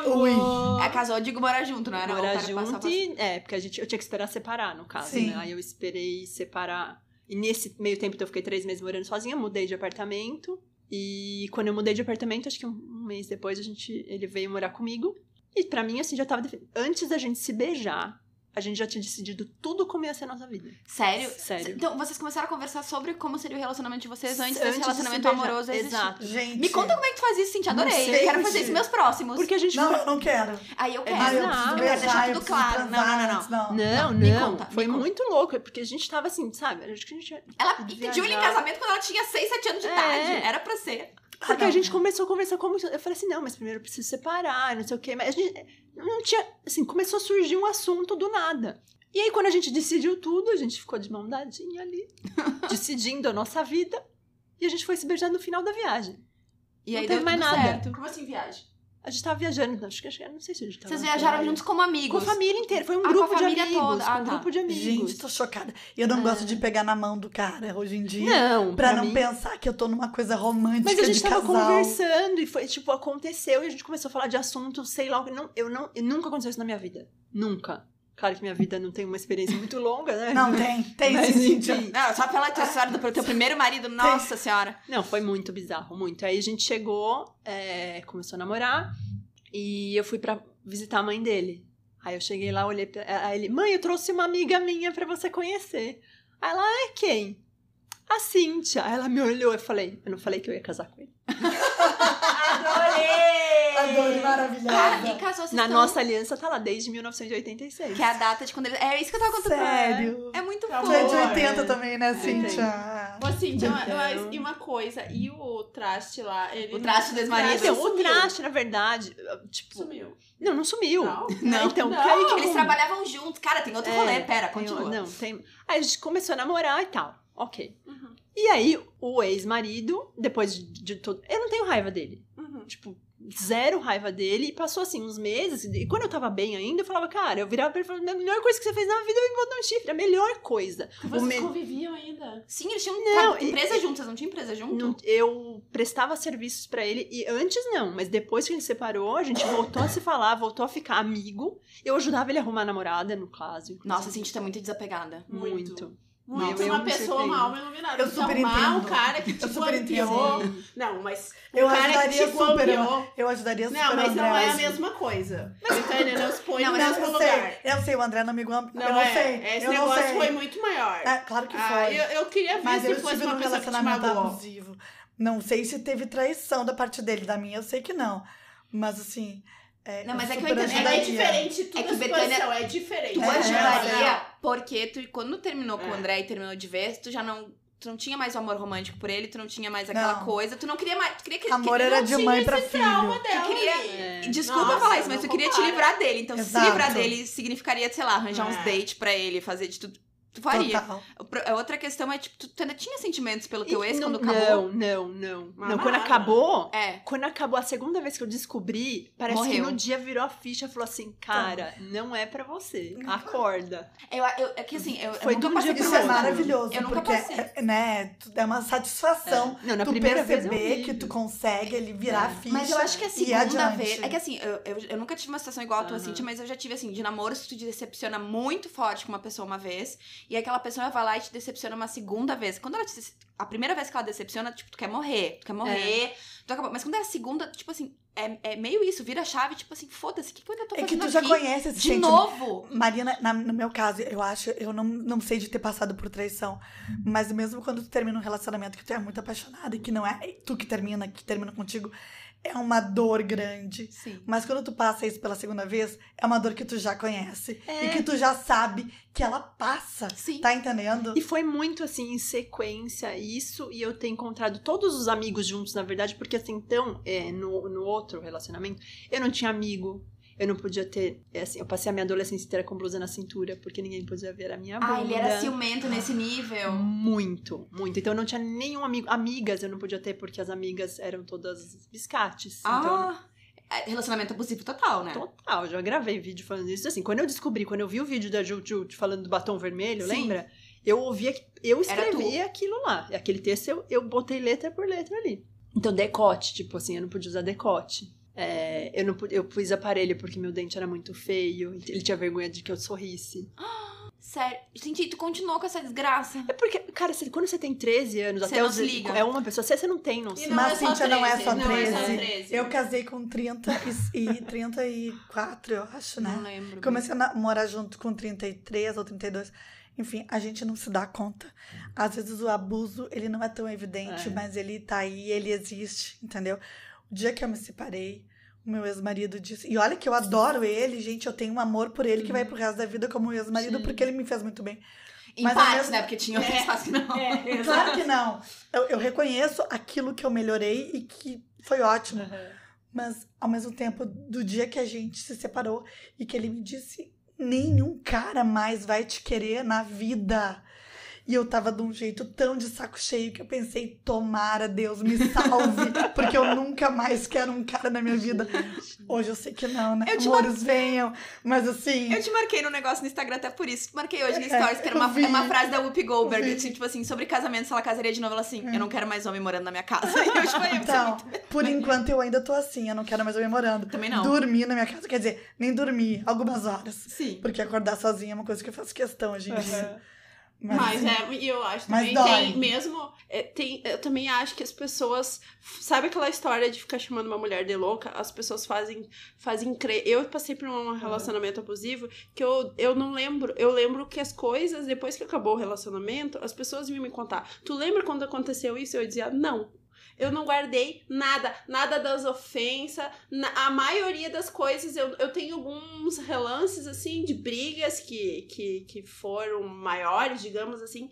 Speaker 1: Ui.
Speaker 2: é casou, eu digo morar junto, não era
Speaker 4: Morar
Speaker 2: voltar e passar
Speaker 4: junto e, É, porque a gente, eu tinha que esperar separar, no caso,
Speaker 1: Sim.
Speaker 4: né? Aí eu esperei separar. E nesse meio tempo que eu fiquei três meses morando sozinha, mudei de apartamento. E quando eu mudei de apartamento, acho que um, um mês depois, a gente, ele veio morar comigo. E pra mim, assim, já tava... defi- Antes da gente se beijar, a gente já tinha decidido tudo como ia ser a nossa vida.
Speaker 2: Sério?
Speaker 4: Sério.
Speaker 2: Então, vocês começaram a conversar sobre como seria o relacionamento de vocês antes,
Speaker 4: de
Speaker 2: desse
Speaker 4: se
Speaker 2: relacionamento
Speaker 4: beijar.
Speaker 2: amoroso existir.
Speaker 4: Exato.
Speaker 1: Gente.
Speaker 2: Me conta como é que tu faz isso, Cintia.
Speaker 4: Não
Speaker 2: Adorei.
Speaker 4: sei,
Speaker 2: eu quero fazer
Speaker 1: gente.
Speaker 2: isso meus próximos.
Speaker 4: Porque é a gente...
Speaker 1: Não,
Speaker 4: foi-
Speaker 1: eu não quero.
Speaker 2: Aí É, eu quero.
Speaker 1: Ah, eu
Speaker 4: não,
Speaker 1: preciso
Speaker 4: eu
Speaker 2: quero deixar
Speaker 1: beijar, eu
Speaker 2: tudo
Speaker 1: preciso
Speaker 2: claro. Não, não, não,
Speaker 1: transar
Speaker 2: não.
Speaker 1: antes, não.
Speaker 4: Não,
Speaker 2: me
Speaker 4: não.
Speaker 2: conta, me
Speaker 4: foi
Speaker 2: conta.
Speaker 4: muito louco, porque a gente tava assim, sabe? Acho que a gente
Speaker 2: Ela
Speaker 4: Viajar.
Speaker 2: pediu ele em casamento quando ela tinha 6, 7 anos de
Speaker 4: É.
Speaker 2: idade. Era pra ser.
Speaker 4: Porque
Speaker 1: Ah, não.
Speaker 4: a
Speaker 2: um.
Speaker 4: gente começou a conversar como. Eu falei assim, não, mas primeiro eu preciso separar, não sei o quê. Mas a gente não tinha. Assim, começou a surgir um assunto do nada. E aí, quando a gente decidiu tudo, a gente ficou de mão dadinha ali, decidindo a nossa vida. E a gente foi se beijar no final da viagem.
Speaker 2: E
Speaker 4: Não
Speaker 2: aí deu
Speaker 4: teve mais
Speaker 2: tudo
Speaker 4: nada.
Speaker 2: certo.
Speaker 3: Como assim, viagem?
Speaker 4: A gente tava viajando, não, acho que eu não sei se a gente tava.
Speaker 2: Vocês viajaram juntos como
Speaker 4: com a
Speaker 2: amigos.
Speaker 4: família inteira. Foi um
Speaker 2: com a
Speaker 4: grupo de
Speaker 2: família
Speaker 4: amigos.
Speaker 2: toda. Ah,
Speaker 4: um
Speaker 2: tá.
Speaker 4: grupo de amigos.
Speaker 1: Gente, tô chocada. E eu não gosto de pegar na mão do cara hoje em dia.
Speaker 4: não,
Speaker 1: Pra,
Speaker 4: pra
Speaker 1: não
Speaker 4: mim,
Speaker 1: pensar que eu tô numa coisa romântica
Speaker 4: Mas a gente
Speaker 1: de
Speaker 4: tava
Speaker 1: casal.
Speaker 4: conversando e foi, tipo, aconteceu e a gente começou a falar de assunto, sei lá, o que- não, eu não, eu nunca aconteceu isso na minha vida. Nunca. Claro que minha vida não tem uma experiência muito longa, né?
Speaker 1: Não, tem. Tem
Speaker 4: Mas,
Speaker 1: sim, gente.
Speaker 4: enfim.
Speaker 2: Não, só pela
Speaker 3: Ah.
Speaker 2: tua história do teu primeiro marido, nossa senhora.
Speaker 4: Não, foi muito bizarro, muito. Aí a gente chegou, é, começou a namorar e eu fui pra visitar a mãe dele. Aí eu cheguei lá, olhei pra aí ele, mãe, eu trouxe uma amiga minha pra você conhecer. Aí ela, é quem? A Cíntia. Aí ela me olhou e falei, eu não falei que eu ia casar com ele.
Speaker 1: Adoro,
Speaker 2: Ah,
Speaker 1: maravilhosa.
Speaker 2: e casou vocês
Speaker 4: Na
Speaker 2: estão-
Speaker 4: nossa aliança tá lá desde 1986.
Speaker 2: Que é a data de quando ele. É isso que eu tava contando pra ela.
Speaker 1: Sério.
Speaker 2: É muito
Speaker 3: Tá
Speaker 2: fofo.
Speaker 3: bom.
Speaker 1: Gente,
Speaker 3: amor.
Speaker 1: 80 também, né,
Speaker 4: Entendi.
Speaker 1: Cintia?
Speaker 3: Assim, então, eu-
Speaker 4: Então-
Speaker 3: e uma coisa, e o traste lá? Ele
Speaker 2: O traste do
Speaker 4: Ah,
Speaker 2: ex-marido.
Speaker 4: então, o
Speaker 3: sumiu.
Speaker 4: traste, na verdade, tipo.
Speaker 3: sumiu.
Speaker 4: Não, não sumiu.
Speaker 3: Não?
Speaker 4: Não, então,
Speaker 3: Não.
Speaker 4: porque aí que
Speaker 2: Eles
Speaker 4: eu-
Speaker 2: trabalhavam juntos. Cara, tem outro
Speaker 4: É,
Speaker 2: rolê. Pera,
Speaker 4: tem-
Speaker 2: continua.
Speaker 4: Não, tem. Aí a gente começou a namorar e tal. Ok.
Speaker 3: Uhum.
Speaker 4: E aí, o ex-marido, depois de, de todo. Eu não tenho raiva dele.
Speaker 3: Uhum.
Speaker 4: Tipo, zero raiva dele. E passou assim uns meses. E quando eu tava bem ainda, eu falava, cara, eu virava pra ele e falava, a melhor coisa que você fez na vida é me botar um chifre. A melhor coisa.
Speaker 3: Vocês
Speaker 4: O me-
Speaker 3: conviviam ainda?
Speaker 2: Sim, eles tinham
Speaker 4: Não,
Speaker 2: tra-
Speaker 4: e-
Speaker 2: empresa junto. Vocês não tinham empresa junto?
Speaker 4: Não- eu prestava serviços pra ele e antes não, mas depois que ele separou, a gente voltou a se falar, voltou a ficar amigo. Eu ajudava ele a arrumar namorada, no caso. inclusive.
Speaker 2: Nossa, a Cintia tá muito desapegada.
Speaker 4: muito.
Speaker 3: Muito
Speaker 4: eu
Speaker 3: uma
Speaker 4: me
Speaker 3: pessoa,
Speaker 4: surpreendo.
Speaker 3: uma alma iluminada.
Speaker 1: Eu
Speaker 3: Você
Speaker 1: super
Speaker 3: arrumar
Speaker 1: entendo.
Speaker 3: um cara que tipo
Speaker 1: super entendo.
Speaker 3: ampliou. Não, mas um
Speaker 1: Eu
Speaker 3: cara que
Speaker 1: ajudaria
Speaker 3: tipo
Speaker 1: super,
Speaker 3: ampliou.
Speaker 1: Eu ajudaria super
Speaker 3: Não, mas
Speaker 1: o
Speaker 3: não
Speaker 1: André
Speaker 3: é a
Speaker 1: hoje.
Speaker 3: mesma coisa. Então ele não expõe
Speaker 2: Não,
Speaker 3: no
Speaker 2: mas eu
Speaker 1: Não,
Speaker 3: mesmo
Speaker 1: eu
Speaker 3: lugar.
Speaker 1: sei. Eu sei, o André não me aguenta. eu não
Speaker 3: é.
Speaker 1: sei.
Speaker 3: Esse
Speaker 1: eu não
Speaker 3: negócio
Speaker 1: sei.
Speaker 3: foi muito maior.
Speaker 1: É, claro que foi.
Speaker 3: Ah, eu, eu queria ver
Speaker 1: Mas
Speaker 3: se
Speaker 1: eu
Speaker 3: fosse
Speaker 1: estive
Speaker 3: uma
Speaker 1: num
Speaker 3: pessoa que te
Speaker 1: relacionamento
Speaker 3: magoou.
Speaker 1: abusivo. Não sei se teve traição da parte dele, da minha eu sei que não. Mas assim. É,
Speaker 2: Não, mas é que eu
Speaker 1: super
Speaker 2: entendo-
Speaker 3: É,
Speaker 1: ajudaria.
Speaker 3: é diferente tudo
Speaker 2: É que
Speaker 3: a
Speaker 2: Betânia-
Speaker 3: situação, é diferente.
Speaker 2: Tu
Speaker 1: É,
Speaker 2: ajudaria porque tu, quando terminou com o
Speaker 3: É.
Speaker 2: André e terminou de vez, tu já não. Tu não tinha mais o amor romântico por ele, tu não tinha mais aquela
Speaker 1: Não.
Speaker 2: coisa, tu não queria mais. Tu queria que
Speaker 1: Amor
Speaker 2: que-
Speaker 1: era
Speaker 2: não
Speaker 1: de
Speaker 2: tinha
Speaker 1: mãe
Speaker 2: esse-
Speaker 1: pra
Speaker 3: Calma
Speaker 1: filho.
Speaker 3: dela.
Speaker 2: queria-
Speaker 4: É.
Speaker 2: Desculpa
Speaker 3: Nossa,
Speaker 2: falar isso, mas
Speaker 3: não
Speaker 2: tu queria te
Speaker 3: compara.
Speaker 2: livrar dele. Então, se
Speaker 1: Exato.
Speaker 2: livrar dele significaria, sei lá, arranjar uns
Speaker 3: É.
Speaker 2: dates pra ele, fazer de tudo. Tu faria.
Speaker 1: Total.
Speaker 2: O pro- A outra questão é, tipo, tu tu ainda tinha sentimentos pelo teu
Speaker 4: E
Speaker 2: ex
Speaker 4: não,
Speaker 2: quando acabou?
Speaker 4: Não, não, não.
Speaker 3: Mas
Speaker 4: Não, quando
Speaker 3: nada.
Speaker 4: acabou.
Speaker 2: É.
Speaker 4: Quando acabou a segunda vez que eu descobri, parece que
Speaker 2: Morreu.
Speaker 4: no dia virou a ficha e falou assim: Cara, não é pra você. Acorda.
Speaker 2: Eu, eu- é que assim, eu,
Speaker 4: Foi
Speaker 2: eu nunca
Speaker 4: de um
Speaker 2: passei
Speaker 4: dia pro
Speaker 1: Isso
Speaker 2: por
Speaker 1: é
Speaker 4: outro.
Speaker 1: maravilhoso,
Speaker 2: Eu nunca
Speaker 1: porque
Speaker 2: passei.
Speaker 1: é, né, tu- é uma satisfação
Speaker 4: Não, na
Speaker 1: tu
Speaker 4: primeira vez. é
Speaker 1: perceber que
Speaker 4: horrível.
Speaker 1: tu consegue ele virar a ficha.
Speaker 2: É. Mas eu acho que a
Speaker 1: e
Speaker 2: segunda
Speaker 1: adiante.
Speaker 2: vez. É que assim, eu, eu, eu nunca tive uma situação igual a tua,
Speaker 4: Aham.
Speaker 2: Cintia, mas eu já tive assim, de namoros que tu te decepciona muito forte com uma pessoa uma vez, e aquela pessoa vai lá e te decepciona uma segunda vez. Quando ela te. dece- A primeira vez que ela decepciona, tipo, tu quer morrer, tu quer morrer, tu acabou. Mas quando é a segunda, tipo assim, é, é meio isso, vira a chave, tipo assim, foda-se, o que, que eu ainda tô
Speaker 1: É
Speaker 2: fazendo?
Speaker 1: que tu já
Speaker 2: aqui?
Speaker 1: conhece esse
Speaker 2: De
Speaker 1: sentimento.
Speaker 2: novo!
Speaker 1: Marina, na- no meu caso, eu acho, eu não, não sei de ter passado por traição. Mas mesmo quando tu termina um relacionamento que tu é muito apaixonada e que não é tu que termina, que termina contigo, é uma dor grande.
Speaker 2: Sim.
Speaker 1: Mas quando tu passa isso pela segunda vez, é uma dor que tu já conhece.
Speaker 4: É.
Speaker 1: E que tu já sabe que ela passa.
Speaker 2: Sim.
Speaker 1: Tá entendendo?
Speaker 4: E foi muito assim, em sequência, isso, e eu ter encontrado todos os amigos juntos, na verdade, porque assim, então, é, no, no outro relacionamento, eu não tinha amigo. Eu não podia ter, é, assim, eu passei a minha adolescência inteira com blusa na cintura, porque ninguém podia ver a minha bunda.
Speaker 2: Ah, ele era ciumento nesse nível.
Speaker 4: Muito, muito. Então eu não tinha nenhum amigo. Amigas eu não podia ter, porque as amigas eram todas biscates. Então,
Speaker 2: Ah, é relacionamento abusivo total, né?
Speaker 4: Total, já gravei vídeo falando isso. Assim, quando eu descobri, quando eu vi o vídeo da Jut Jut falando do batom vermelho,
Speaker 2: Sim.
Speaker 4: lembra? Eu ouvia, eu
Speaker 2: Era
Speaker 4: escrevia aquilo lá. Aquele texto eu, eu botei letra por letra ali. Então, decote, tipo assim, eu não podia usar decote. É, eu, não, pu- eu pus aparelho porque meu dente era muito feio, ele tinha vergonha de que eu sorrisse.
Speaker 2: Sério. Gente, tu continuou com essa desgraça.
Speaker 4: É porque, cara, você- quando você tem 13 anos,
Speaker 2: Você
Speaker 4: até
Speaker 2: não
Speaker 4: os,
Speaker 2: se liga.
Speaker 4: é uma pessoa, você, você não tem
Speaker 3: E
Speaker 4: noção.
Speaker 3: não
Speaker 1: Mas,
Speaker 3: é só
Speaker 1: Cíntia, não é só
Speaker 3: Não é só
Speaker 1: 13.
Speaker 3: 13.
Speaker 1: Eu casei com 30 e, e 34, eu acho, né?
Speaker 2: Não lembro.
Speaker 1: Comecei a namorar junto com 33 ou 32. Enfim, a gente não se dá conta. Às vezes o abuso, ele não é tão evidente,
Speaker 4: É.
Speaker 1: mas ele tá aí, ele existe, entendeu? O dia que eu me separei, o meu ex-marido disse... E olha que eu adoro ele, gente, eu tenho um amor por ele que vai pro resto da vida como ex-marido,
Speaker 4: Sim.
Speaker 1: porque ele me fez muito bem.
Speaker 2: Em
Speaker 1: Mas
Speaker 2: parte,
Speaker 1: ao mesmo-
Speaker 2: né? Porque tinha outros espaços que não.
Speaker 3: É,
Speaker 1: Claro
Speaker 3: exato.
Speaker 1: que não! Eu, eu reconheço aquilo que eu melhorei e que foi ótimo. Mas, ao mesmo tempo, do dia que a gente se separou e que ele me disse: nenhum cara mais vai te querer na vida. E eu tava de um jeito tão de saco cheio que eu pensei: tomara, Deus me salve, porque eu nunca mais quero um cara na minha vida. Hoje eu sei que não, né?
Speaker 2: Eu te
Speaker 1: Amores venham. Mas assim.
Speaker 2: Eu te marquei no negócio no Instagram até por isso. Marquei hoje no
Speaker 1: É,
Speaker 2: Stories, que era uma,
Speaker 1: eu vi.
Speaker 2: é uma frase da Whoopi Goldberg,
Speaker 1: Eu vi. Hum.
Speaker 2: assim, tipo assim, sobre casamento, se ela casaria de novo, ela assim, eu não quero mais homem morando na minha casa. E eu, tipo, eu
Speaker 1: Então, por enquanto eu ainda tô assim, eu não quero mais eu morando.
Speaker 2: Também não.
Speaker 1: Dormir na minha casa, quer dizer, nem dormir, algumas horas.
Speaker 2: Sim.
Speaker 1: Porque acordar sozinha é uma coisa que eu faço questão hoje em dia.
Speaker 3: Mas é, e eu acho
Speaker 1: Mas
Speaker 3: também
Speaker 1: dói.
Speaker 3: tem mesmo. é, tem, eu também acho que as pessoas. Sabe aquela história de ficar chamando uma mulher de louca? As pessoas fazem. fazem crer. Eu passei por um relacionamento abusivo que eu, eu não lembro. Eu lembro que as coisas, depois que acabou o relacionamento, as pessoas vinham me contar. Tu lembra quando aconteceu isso? Eu dizia, não. Eu não guardei nada, nada das ofensas, na- a maioria das coisas, eu, eu tenho alguns relances, assim, de brigas que, que, que foram maiores, digamos assim.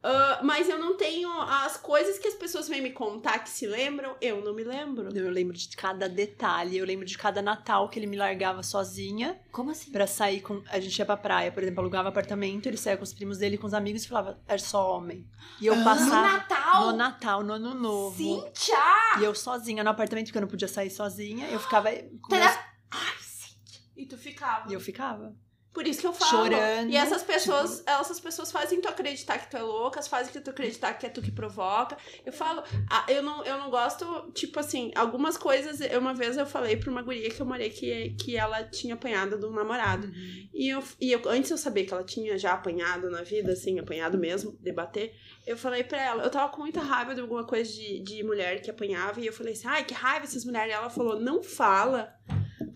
Speaker 3: Ah, mas eu não tenho as coisas que as pessoas vêm me contar que se lembram, eu não me lembro.
Speaker 4: Eu lembro de cada detalhe, eu lembro de cada Natal que ele me largava sozinha.
Speaker 2: Como assim?
Speaker 4: Pra sair com. A gente ia pra praia, por exemplo, alugava apartamento, ele saía com os primos dele, com os amigos e falava, é só homem. E eu
Speaker 1: Ah.
Speaker 2: No
Speaker 4: passava no
Speaker 2: Natal?
Speaker 4: Natal, no Ano Novo.
Speaker 2: Cíntia!
Speaker 4: E eu sozinha no apartamento, porque eu não podia sair sozinha, eu ficava. com
Speaker 2: Tá
Speaker 4: meus-
Speaker 2: Ai, sim.
Speaker 3: E tu ficava.
Speaker 4: E eu ficava.
Speaker 3: Por isso que eu falo.
Speaker 4: Chorando,
Speaker 3: E essas pessoas, essas pessoas fazem tu acreditar que tu é louca, elas fazem que tu acreditar que é tu que provoca. Eu falo, ah, eu não, eu não gosto, tipo assim, algumas coisas, eu- uma vez eu falei pra uma guria que eu morei que, que ela tinha apanhado de um namorado. E, eu, e eu, antes eu saber que ela tinha já apanhado na vida, assim, apanhado mesmo, debater, eu falei pra ela, eu tava com muita raiva de alguma coisa de, de mulher que apanhava, e eu falei assim, ai, que raiva essas mulheres. E ela falou, não fala,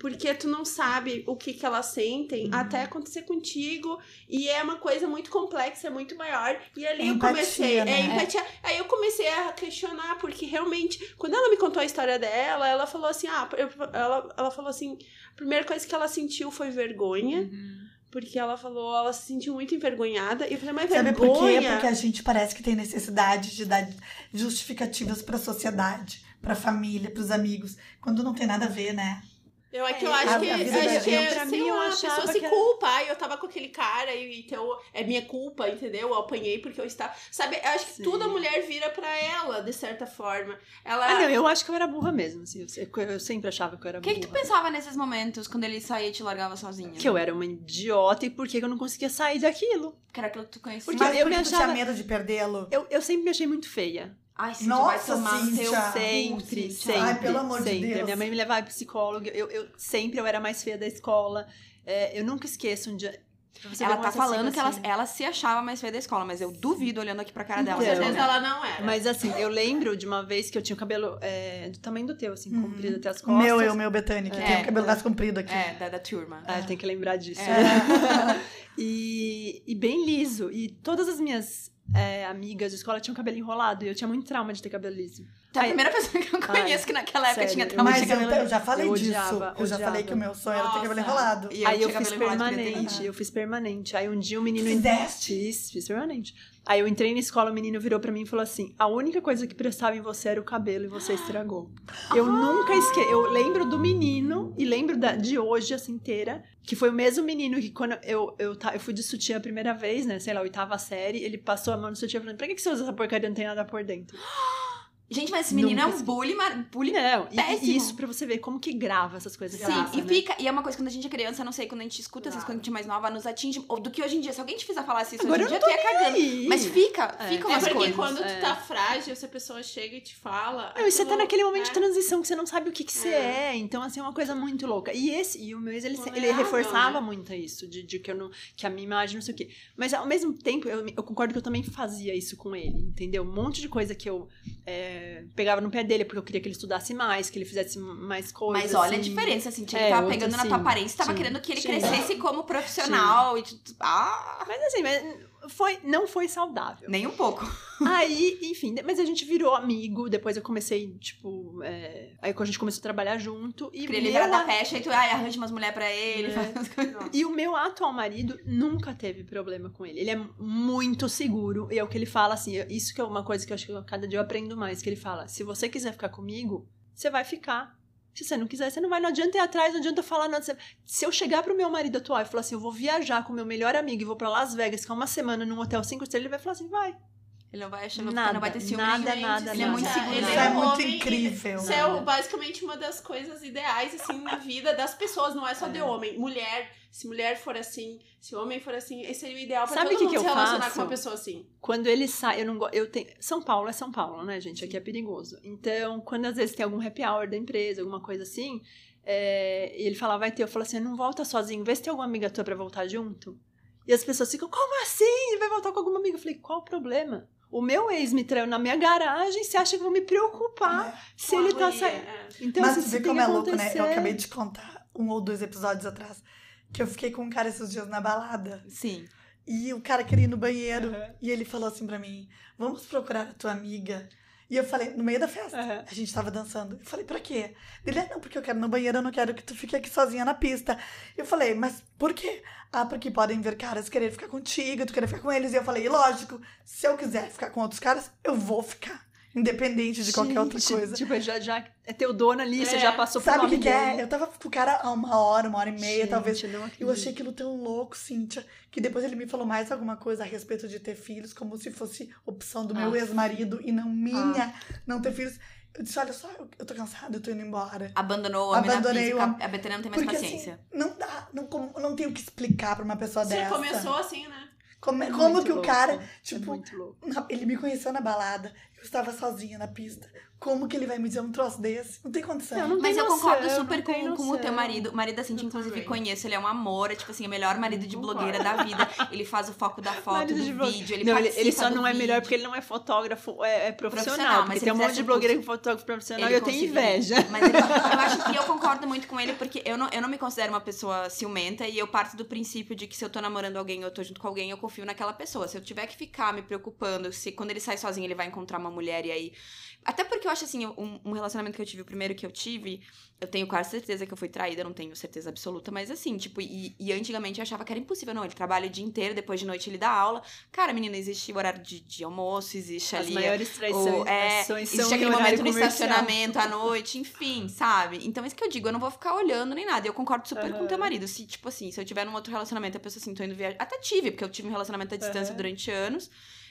Speaker 3: porque tu não sabe o que que elas sentem até acontecer contigo, e é uma coisa muito complexa, é muito maior. E ali
Speaker 1: É
Speaker 3: eu
Speaker 1: empatia,
Speaker 3: comecei, é
Speaker 1: né?
Speaker 3: empatia. Aí eu comecei a questionar, porque realmente, quando ela me contou a história dela, ela falou assim, ah, eu- ela, ela falou assim, a primeira coisa que ela sentiu foi vergonha.
Speaker 1: Uhum.
Speaker 3: Porque ela falou, ela se sentiu muito envergonhada. E eu falei, mas
Speaker 1: Sabe por quê?
Speaker 3: vergonha?
Speaker 1: Porque a gente parece que tem necessidade de dar justificativas pra sociedade, pra família, pros amigos, quando não tem nada a ver, né?
Speaker 3: Eu é que eu
Speaker 4: É,
Speaker 1: a-
Speaker 3: acho que,
Speaker 1: a vida da
Speaker 3: acho que
Speaker 4: gente, pra
Speaker 3: sei
Speaker 4: mim, eu
Speaker 3: lá, a
Speaker 4: achava
Speaker 3: pessoa se
Speaker 4: que era-
Speaker 3: culpa. Ai, eu tava com aquele cara, e então é minha culpa, entendeu? Eu apanhei porque eu estava. Sabe, eu acho que
Speaker 4: Sim.
Speaker 3: tudo a mulher vira pra ela, de certa forma. Ela.
Speaker 4: Ah, não, eu acho que eu era burra mesmo, assim. Eu, se- eu sempre achava que eu era
Speaker 2: O
Speaker 4: burra.
Speaker 2: que, que tu pensava nesses momentos quando ele saía e te largava sozinha?
Speaker 4: Que eu era uma idiota e por que que eu não conseguia sair daquilo?
Speaker 2: Que era aquilo que tu conhecia.
Speaker 4: Porque
Speaker 1: Mas
Speaker 4: eu
Speaker 1: porque
Speaker 4: me
Speaker 1: tu
Speaker 4: achava-
Speaker 1: tinha medo de perdê-lo?
Speaker 4: Eu, eu sempre me achei muito feia.
Speaker 2: Ai, Cíntia,
Speaker 1: Nossa,
Speaker 2: vai tomar no teu
Speaker 1: Cíntia.
Speaker 2: cu,
Speaker 4: Sempre,
Speaker 2: Cíntia.
Speaker 4: sempre.
Speaker 1: Ai, pelo amor de
Speaker 4: sempre.
Speaker 1: Deus.
Speaker 4: A Minha mãe me levava em psicólogo. Eu, eu sempre eu era mais feia da escola. É, eu nunca esqueço um dia. pra você ver
Speaker 2: Ela
Speaker 4: um
Speaker 2: tá falando
Speaker 4: raciocínio
Speaker 2: que ela,
Speaker 4: assim.
Speaker 2: ela se achava mais feia da escola, mas eu duvido olhando aqui pra cara dela.
Speaker 3: Com
Speaker 4: Então,
Speaker 2: nesse
Speaker 3: certeza
Speaker 2: momento.
Speaker 3: ela não era.
Speaker 4: Mas assim, eu lembro de uma vez que eu tinha o cabelo é, do tamanho do teu, assim,
Speaker 1: Uhum.
Speaker 4: comprido até as
Speaker 1: O
Speaker 4: costas.
Speaker 1: meu, eu, meu Betânia, que
Speaker 2: É,
Speaker 1: tem o cabelo
Speaker 4: é.
Speaker 1: mais comprido aqui.
Speaker 2: É, da, da turma.
Speaker 4: Ah, tem que lembrar disso.
Speaker 1: É.
Speaker 4: e, e bem liso. E todas as minhas é, amigas de escola tinham cabelo enrolado. E eu tinha muito trauma de ter cabelo liso.
Speaker 2: Tu é a
Speaker 4: Ai,
Speaker 2: primeira pessoa que eu conheço que naquela época
Speaker 4: sério,
Speaker 2: tinha
Speaker 4: eu
Speaker 2: trauma de
Speaker 1: Mas eu,
Speaker 2: cabelo.
Speaker 1: eu já falei
Speaker 4: Eu
Speaker 1: disso.
Speaker 4: odiava,
Speaker 1: eu já falei
Speaker 4: odiava.
Speaker 1: que o meu sonho era ter cabelo
Speaker 3: Nossa.
Speaker 1: enrolado.
Speaker 2: E
Speaker 4: Aí eu
Speaker 2: tinha
Speaker 4: fiz
Speaker 2: cabelo enrolado, queria ter
Speaker 4: permanente,
Speaker 2: enrolado.
Speaker 4: eu fiz permanente. Aí um dia um menino
Speaker 1: Fizeste?
Speaker 4: Fiz, fiz permanente. Aí eu entrei na escola, o menino virou pra mim e falou assim: a única coisa que prestava em você era o cabelo e você estragou. Eu nunca esqueço. Eu lembro do menino e lembro da- de hoje, assim, inteira, que foi o mesmo menino que quando eu, eu, ta- eu fui de sutiã a primeira vez, né? Sei lá, oitava série, ele passou a mão no sutiã falando: pra que que você usa essa porcaria? Não tem nada por dentro.
Speaker 2: Gente, mas esse menino
Speaker 4: Nunca
Speaker 2: é um
Speaker 4: se-
Speaker 2: bully, mar... bully
Speaker 4: Não, e-
Speaker 2: Péssimo.
Speaker 4: e isso pra você ver como que grava essas coisas.
Speaker 2: Sim,
Speaker 4: graça,
Speaker 2: e
Speaker 4: né?
Speaker 2: fica. E é uma coisa, quando a gente é criança, não sei, quando a gente escuta essas coisas
Speaker 4: Claro.
Speaker 2: quando a gente é mais nova, nos atinge. ou do que hoje em dia. Se alguém te fizer falar isso
Speaker 4: Agora
Speaker 2: hoje
Speaker 4: eu
Speaker 2: em dia, tu ia cagando.
Speaker 4: Ih.
Speaker 2: Mas fica,
Speaker 4: É.
Speaker 2: fica
Speaker 4: É
Speaker 3: É
Speaker 2: umas
Speaker 3: porque
Speaker 2: coisas.
Speaker 3: quando tu
Speaker 4: é.
Speaker 3: tá frágil, se a pessoa chega e te fala.
Speaker 4: Não, e você tá
Speaker 3: aquilo-
Speaker 4: naquele momento de
Speaker 3: é.
Speaker 4: transição que você não sabe o que que você é.
Speaker 3: É.
Speaker 4: Então, assim, é uma coisa muito louca. E esse, e o meu ex, ele, se- ele
Speaker 3: Vulnerável,
Speaker 4: reforçava
Speaker 3: né?
Speaker 4: muito isso, de, de que eu não, que a minha imagem não sei o quê. Mas ao mesmo tempo, eu, eu concordo que eu também fazia isso com ele, entendeu? Um monte de coisa que eu é, pegava no pé dele, porque eu queria que ele estudasse mais, que ele fizesse mais coisas.
Speaker 2: Mas olha a
Speaker 4: assim.
Speaker 2: diferença, assim, tinha
Speaker 4: É,
Speaker 2: que tava
Speaker 4: outra,
Speaker 2: pegando na
Speaker 4: sim.
Speaker 2: tua aparência, tava
Speaker 4: Sim.
Speaker 2: querendo que ele
Speaker 4: Sim.
Speaker 2: crescesse como profissional e tudo. Ah,
Speaker 4: Mas assim, mas foi, não foi saudável.
Speaker 2: nem um pouco.
Speaker 4: Aí, enfim, mas a gente virou amigo, depois eu comecei, tipo, é, aí a gente começou a trabalhar junto. E
Speaker 2: Queria
Speaker 4: meu
Speaker 2: livrar da
Speaker 4: a-
Speaker 2: pecha e tu ai, arranja umas mulheres pra ele.
Speaker 4: É.
Speaker 2: faz umas coisas.
Speaker 4: E o meu atual marido nunca teve problema com ele. Ele é muito seguro. E é o que ele fala assim: eu- isso que é uma coisa que eu acho que eu- cada dia eu aprendo mais. Que ele fala: se você quiser ficar comigo, você vai ficar. Se você não quiser, você não vai. Não adianta ir atrás, não adianta falar nada. Você- Se eu chegar pro meu marido atual e falar assim: eu vou viajar com meu melhor amigo e vou pra Las Vegas ficar uma semana num hotel cinco estrelas, ele vai falar assim: vai.
Speaker 2: Ele não vai achar, vai
Speaker 4: Nada,
Speaker 2: ficar, não vai ter ciúme.
Speaker 4: nada,
Speaker 2: gente.
Speaker 4: nada,
Speaker 2: Ele é
Speaker 4: nada.
Speaker 2: muito seguro.
Speaker 3: Ele
Speaker 1: Isso é
Speaker 3: um
Speaker 1: muito
Speaker 3: homem-
Speaker 1: incrível.
Speaker 3: Isso é o-
Speaker 4: Nada.
Speaker 3: basicamente uma das coisas ideais, assim, na vida das pessoas, não é só de homem. Mulher, se mulher for assim, se homem for assim, esse seria o ideal pra
Speaker 4: Sabe o
Speaker 3: todo
Speaker 4: que
Speaker 3: mundo
Speaker 4: que eu
Speaker 3: se relacionar
Speaker 4: faço?
Speaker 3: com uma pessoa assim.
Speaker 4: Quando ele sai, eu não gosto. Eu tenho. São Paulo é São Paulo, né, gente? Aqui é perigoso. Então, quando às vezes tem algum happy hour da empresa, alguma coisa assim, é, e ele fala, vai ter, eu falo assim, não volta sozinho, vê se tem alguma amiga tua pra voltar junto. E as pessoas ficam, como assim? Ele vai voltar com alguma amiga? Eu falei, qual o problema? O meu ex me traiu na minha garagem, você acha que eu vou me
Speaker 1: É,
Speaker 4: preocupar se ele tá saindo?
Speaker 3: é.
Speaker 4: Então,
Speaker 1: Mas
Speaker 4: assim,
Speaker 1: tu
Speaker 4: isso
Speaker 1: vê
Speaker 4: tem
Speaker 1: como
Speaker 4: que
Speaker 1: é louco, né?
Speaker 4: acontecer.
Speaker 1: Eu acabei de contar um ou dois episódios atrás que eu fiquei com um cara esses dias na balada.
Speaker 2: Sim.
Speaker 1: E o cara queria ir no banheiro.
Speaker 4: Aham.
Speaker 1: E ele falou assim pra mim: Vamos procurar a tua amiga. E eu falei, no meio da festa,
Speaker 4: Aham.
Speaker 1: a gente tava dançando. Eu falei, pra quê? Ele, ah, não, porque eu quero ir no banheiro, eu não quero que tu fique aqui sozinha na pista. Eu falei, mas por quê? Ah, porque podem ver caras querer ficar contigo, tu querer ficar com eles. E eu falei, e lógico, se eu quiser ficar com outros caras, eu vou ficar. Independente de qualquer outra
Speaker 4: Gente,
Speaker 1: coisa.
Speaker 4: Tipo, já, já é teu dono ali, você
Speaker 3: É.
Speaker 4: já passou por
Speaker 1: Sabe o
Speaker 4: uma
Speaker 1: que, que é?
Speaker 4: humilhante.
Speaker 1: Eu tava com o cara há uma hora, uma hora e meia,
Speaker 4: Gente,
Speaker 1: talvez.
Speaker 4: eu não
Speaker 1: Eu
Speaker 4: acredito.
Speaker 1: achei aquilo tão louco, Cíntia, que depois ele me falou mais alguma coisa a respeito de ter filhos, como se fosse opção do meu
Speaker 2: Ah.
Speaker 1: ex-marido e não minha não ter filhos. Eu disse, olha só, eu, eu tô cansada, eu tô indo embora.
Speaker 2: Abandonou o homem
Speaker 1: Abandonei
Speaker 2: na
Speaker 1: o
Speaker 2: pista,
Speaker 1: homem.
Speaker 2: a Betânia não tem mais
Speaker 1: Porque,
Speaker 2: paciência.
Speaker 1: assim, não dá, não, como- não tem o que explicar pra uma pessoa
Speaker 3: Você
Speaker 1: dessa.
Speaker 3: começou assim, né?
Speaker 1: Como,
Speaker 4: É
Speaker 1: como
Speaker 4: muito
Speaker 1: que o
Speaker 4: louco,
Speaker 1: cara,
Speaker 4: é
Speaker 1: tipo,
Speaker 4: muito louco.
Speaker 1: na- ele me conheceu na balada, eu estava sozinha na pista. Como que ele vai me dizer um troço desse? Não tem condição.
Speaker 4: Não, não
Speaker 2: Mas eu
Speaker 4: tem noção,
Speaker 2: concordo
Speaker 4: não
Speaker 2: super
Speaker 4: tem
Speaker 2: com, com o
Speaker 4: noção.
Speaker 2: teu marido. O marido da Cintia,
Speaker 3: Eu
Speaker 2: inclusive,
Speaker 3: também.
Speaker 2: conheço. Ele é um amor, é tipo assim, o melhor marido de
Speaker 4: Concordo.
Speaker 2: blogueira da vida. Ele faz o foco da foto,
Speaker 4: Marido
Speaker 2: do
Speaker 4: de blogue-
Speaker 2: vídeo, ele
Speaker 4: não, ele,
Speaker 2: participa
Speaker 4: ele só
Speaker 2: do
Speaker 4: não é
Speaker 2: vídeo.
Speaker 4: melhor porque ele não é fotógrafo, é, é profissional.
Speaker 2: Profissional, mas
Speaker 4: porque
Speaker 2: se
Speaker 4: tem um
Speaker 2: ele
Speaker 4: monte
Speaker 2: fizesse
Speaker 4: de
Speaker 2: um
Speaker 4: blogueira com
Speaker 2: curso-
Speaker 4: fotógrafo profissional
Speaker 2: Ele
Speaker 4: e eu tenho
Speaker 2: conseguiria.
Speaker 4: inveja.
Speaker 2: Mas ele- eu acho que eu concordo muito com ele, porque eu não, eu não me considero uma pessoa ciumenta e eu parto do princípio de que se eu tô namorando alguém, eu tô junto com alguém, eu confio naquela pessoa. Se eu tiver que ficar me preocupando, se quando ele sai sozinho ele vai encontrar uma mulher e aí. Até porque eu acho assim, um, um relacionamento que eu tive, o primeiro que eu tive, eu tenho quase certeza que eu fui traída, eu não tenho certeza absoluta, mas assim, tipo, e, e antigamente eu achava que era impossível, não. Ele trabalha o dia inteiro, depois de noite ele dá aula. Cara, menina, existe o horário de, de almoço, existe
Speaker 4: As
Speaker 2: ali.
Speaker 4: maiores traições
Speaker 2: Ou, é,
Speaker 4: traições são
Speaker 2: existe
Speaker 4: em
Speaker 2: aquele momento
Speaker 4: horário
Speaker 2: no
Speaker 4: comercial.
Speaker 2: estacionamento à noite, enfim, sabe? Então, isso que eu digo, eu não vou ficar olhando nem nada. E Eu concordo super com o teu
Speaker 4: Aham.
Speaker 2: marido. Se, tipo assim, se eu tiver num outro relacionamento, a pessoa assim, tô indo viajar. Até tive, porque eu tive um relacionamento à distância
Speaker 4: Aham.
Speaker 2: durante anos.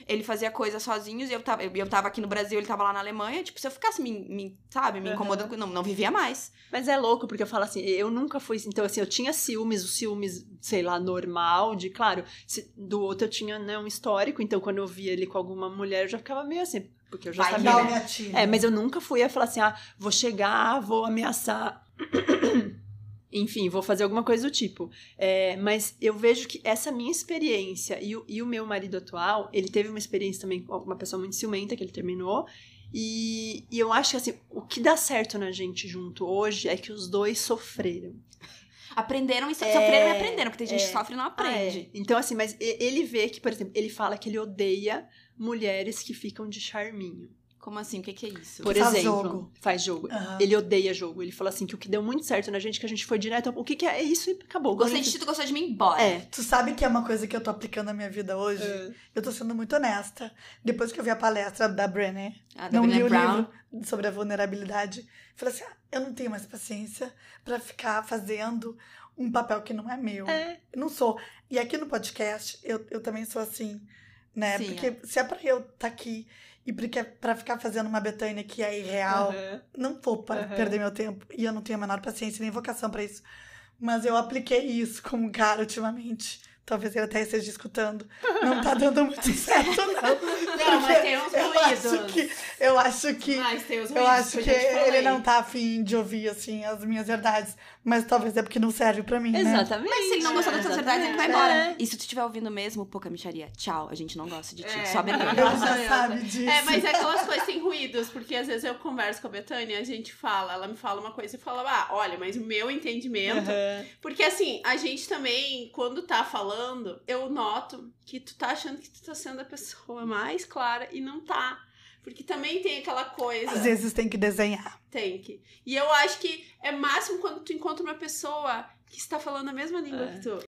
Speaker 2: Ele fazia coisas sozinhos e eu tava, eu, eu tava aqui no Brasil, ele tava lá na Alemanha. Tipo, se eu ficasse, me, me- sabe, me
Speaker 4: Aham.
Speaker 2: incomodando, com- não, não vivia mais.
Speaker 4: Mas é louco, porque eu falo assim, eu nunca fui. Então, assim, eu tinha ciúmes, os ciúmes, sei lá, normal, de claro, se- do outro eu tinha né, um histórico, então quando eu via ele com alguma mulher, eu já ficava meio assim, porque eu já
Speaker 2: Vai que
Speaker 4: sabia.
Speaker 1: Dá um
Speaker 2: né?
Speaker 1: gatilho.
Speaker 4: É, mas eu nunca fui a falar assim, ah, vou chegar, vou ameaçar. Enfim, vou fazer alguma coisa do tipo. É, mas eu vejo que essa minha experiência e o, e o meu marido atual, ele teve uma experiência também com uma pessoa muito ciumenta que ele terminou. E, e eu acho que assim, o que dá certo na gente junto hoje é que os dois sofreram.
Speaker 2: Aprenderam e so-
Speaker 4: É,
Speaker 2: sofreram e aprenderam, porque tem gente
Speaker 4: é.
Speaker 2: que sofre e não aprende.
Speaker 4: Ah, é. Então, assim, mas e- ele vê que, por exemplo, ele fala que ele odeia mulheres que ficam de charminho.
Speaker 2: Como assim? O que, que é isso?
Speaker 4: Por
Speaker 1: Faz
Speaker 4: exemplo,
Speaker 1: jogo.
Speaker 4: faz jogo.
Speaker 1: Aham.
Speaker 4: Ele odeia jogo. Ele falou assim que o que deu muito certo na gente, que a gente foi direto. ao- O que, que é isso e acabou.
Speaker 2: Gostei de ti, tu gostou de mim, embora.
Speaker 4: É.
Speaker 1: Tu sabe que é uma coisa que eu tô aplicando na minha vida hoje?
Speaker 2: É.
Speaker 1: Eu tô sendo muito honesta. Depois que eu vi a palestra da Brené,
Speaker 2: A
Speaker 1: não li
Speaker 2: Brené
Speaker 1: o
Speaker 2: Brown.
Speaker 1: livro sobre a vulnerabilidade. Falei assim, ah, eu não tenho mais paciência pra ficar fazendo um papel que não é meu.
Speaker 4: É.
Speaker 1: Eu não sou. E aqui no podcast, eu, eu também sou assim, né?
Speaker 2: Sim,
Speaker 1: Porque se é pra eu estar aqui E porque pra ficar fazendo uma Betânia que é irreal,
Speaker 4: Aham.
Speaker 1: não vou pa-
Speaker 4: Aham.
Speaker 1: perder meu tempo. E eu não tenho a menor paciência nem vocação pra isso. Mas eu apliquei isso com um cara ultimamente. Talvez ele até esteja escutando. Não tá dando muito certo, não.
Speaker 2: Não, mas tem uns
Speaker 1: Eu acho
Speaker 2: ruídos.
Speaker 1: que. Eu acho que.
Speaker 2: Mas tem uns ruídos.
Speaker 1: Eu acho
Speaker 2: eu
Speaker 1: que
Speaker 2: já te falei.
Speaker 1: ele não tá afim de ouvir, assim, as minhas verdades. Mas talvez é porque não serve pra mim, né?
Speaker 4: Exatamente.
Speaker 2: Mas se ele não gostar das suas verdades, ele vai embora.
Speaker 4: É.
Speaker 2: E se tu estiver ouvindo mesmo, pouca micharia. Tchau, a gente não gosta de ti.
Speaker 3: É.
Speaker 2: Só a Betânia.
Speaker 1: Ela já sabe disso.
Speaker 3: É, mas é aquelas coisas sem ruídos, porque às vezes eu converso com a Betânia, a gente fala, ela me fala uma coisa e fala, ah, olha, mas o meu entendimento.
Speaker 4: Aham.
Speaker 3: Porque assim, a gente também, quando tá falando, eu noto que tu tá achando que tu tá sendo a pessoa mais clara e não tá. Porque também tem aquela coisa.
Speaker 1: Às vezes tem que desenhar.
Speaker 3: Tem que. E eu acho que é máximo quando tu encontra uma pessoa que está falando a mesma língua
Speaker 4: É.
Speaker 3: que tu.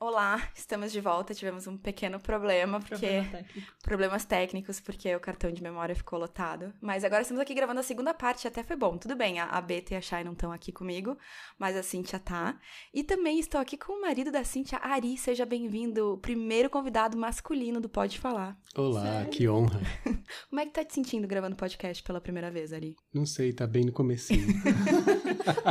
Speaker 2: Olá, estamos de volta. Tivemos um pequeno problema, porque.
Speaker 4: Problema técnico.
Speaker 2: Problemas técnicos, porque o cartão de memória ficou lotado. Mas agora estamos aqui gravando a segunda parte, até foi bom. Tudo bem, a, a Beta e a Shai não estão aqui comigo, mas a Cintia tá. E também estou aqui com o marido da Cintia, Ari. Seja bem-vindo, o primeiro convidado masculino do Pode Falar.
Speaker 5: Olá, que honra.
Speaker 2: Como é que tá te sentindo gravando podcast pela primeira vez, Ari?
Speaker 5: Não sei, tá bem no comecinho.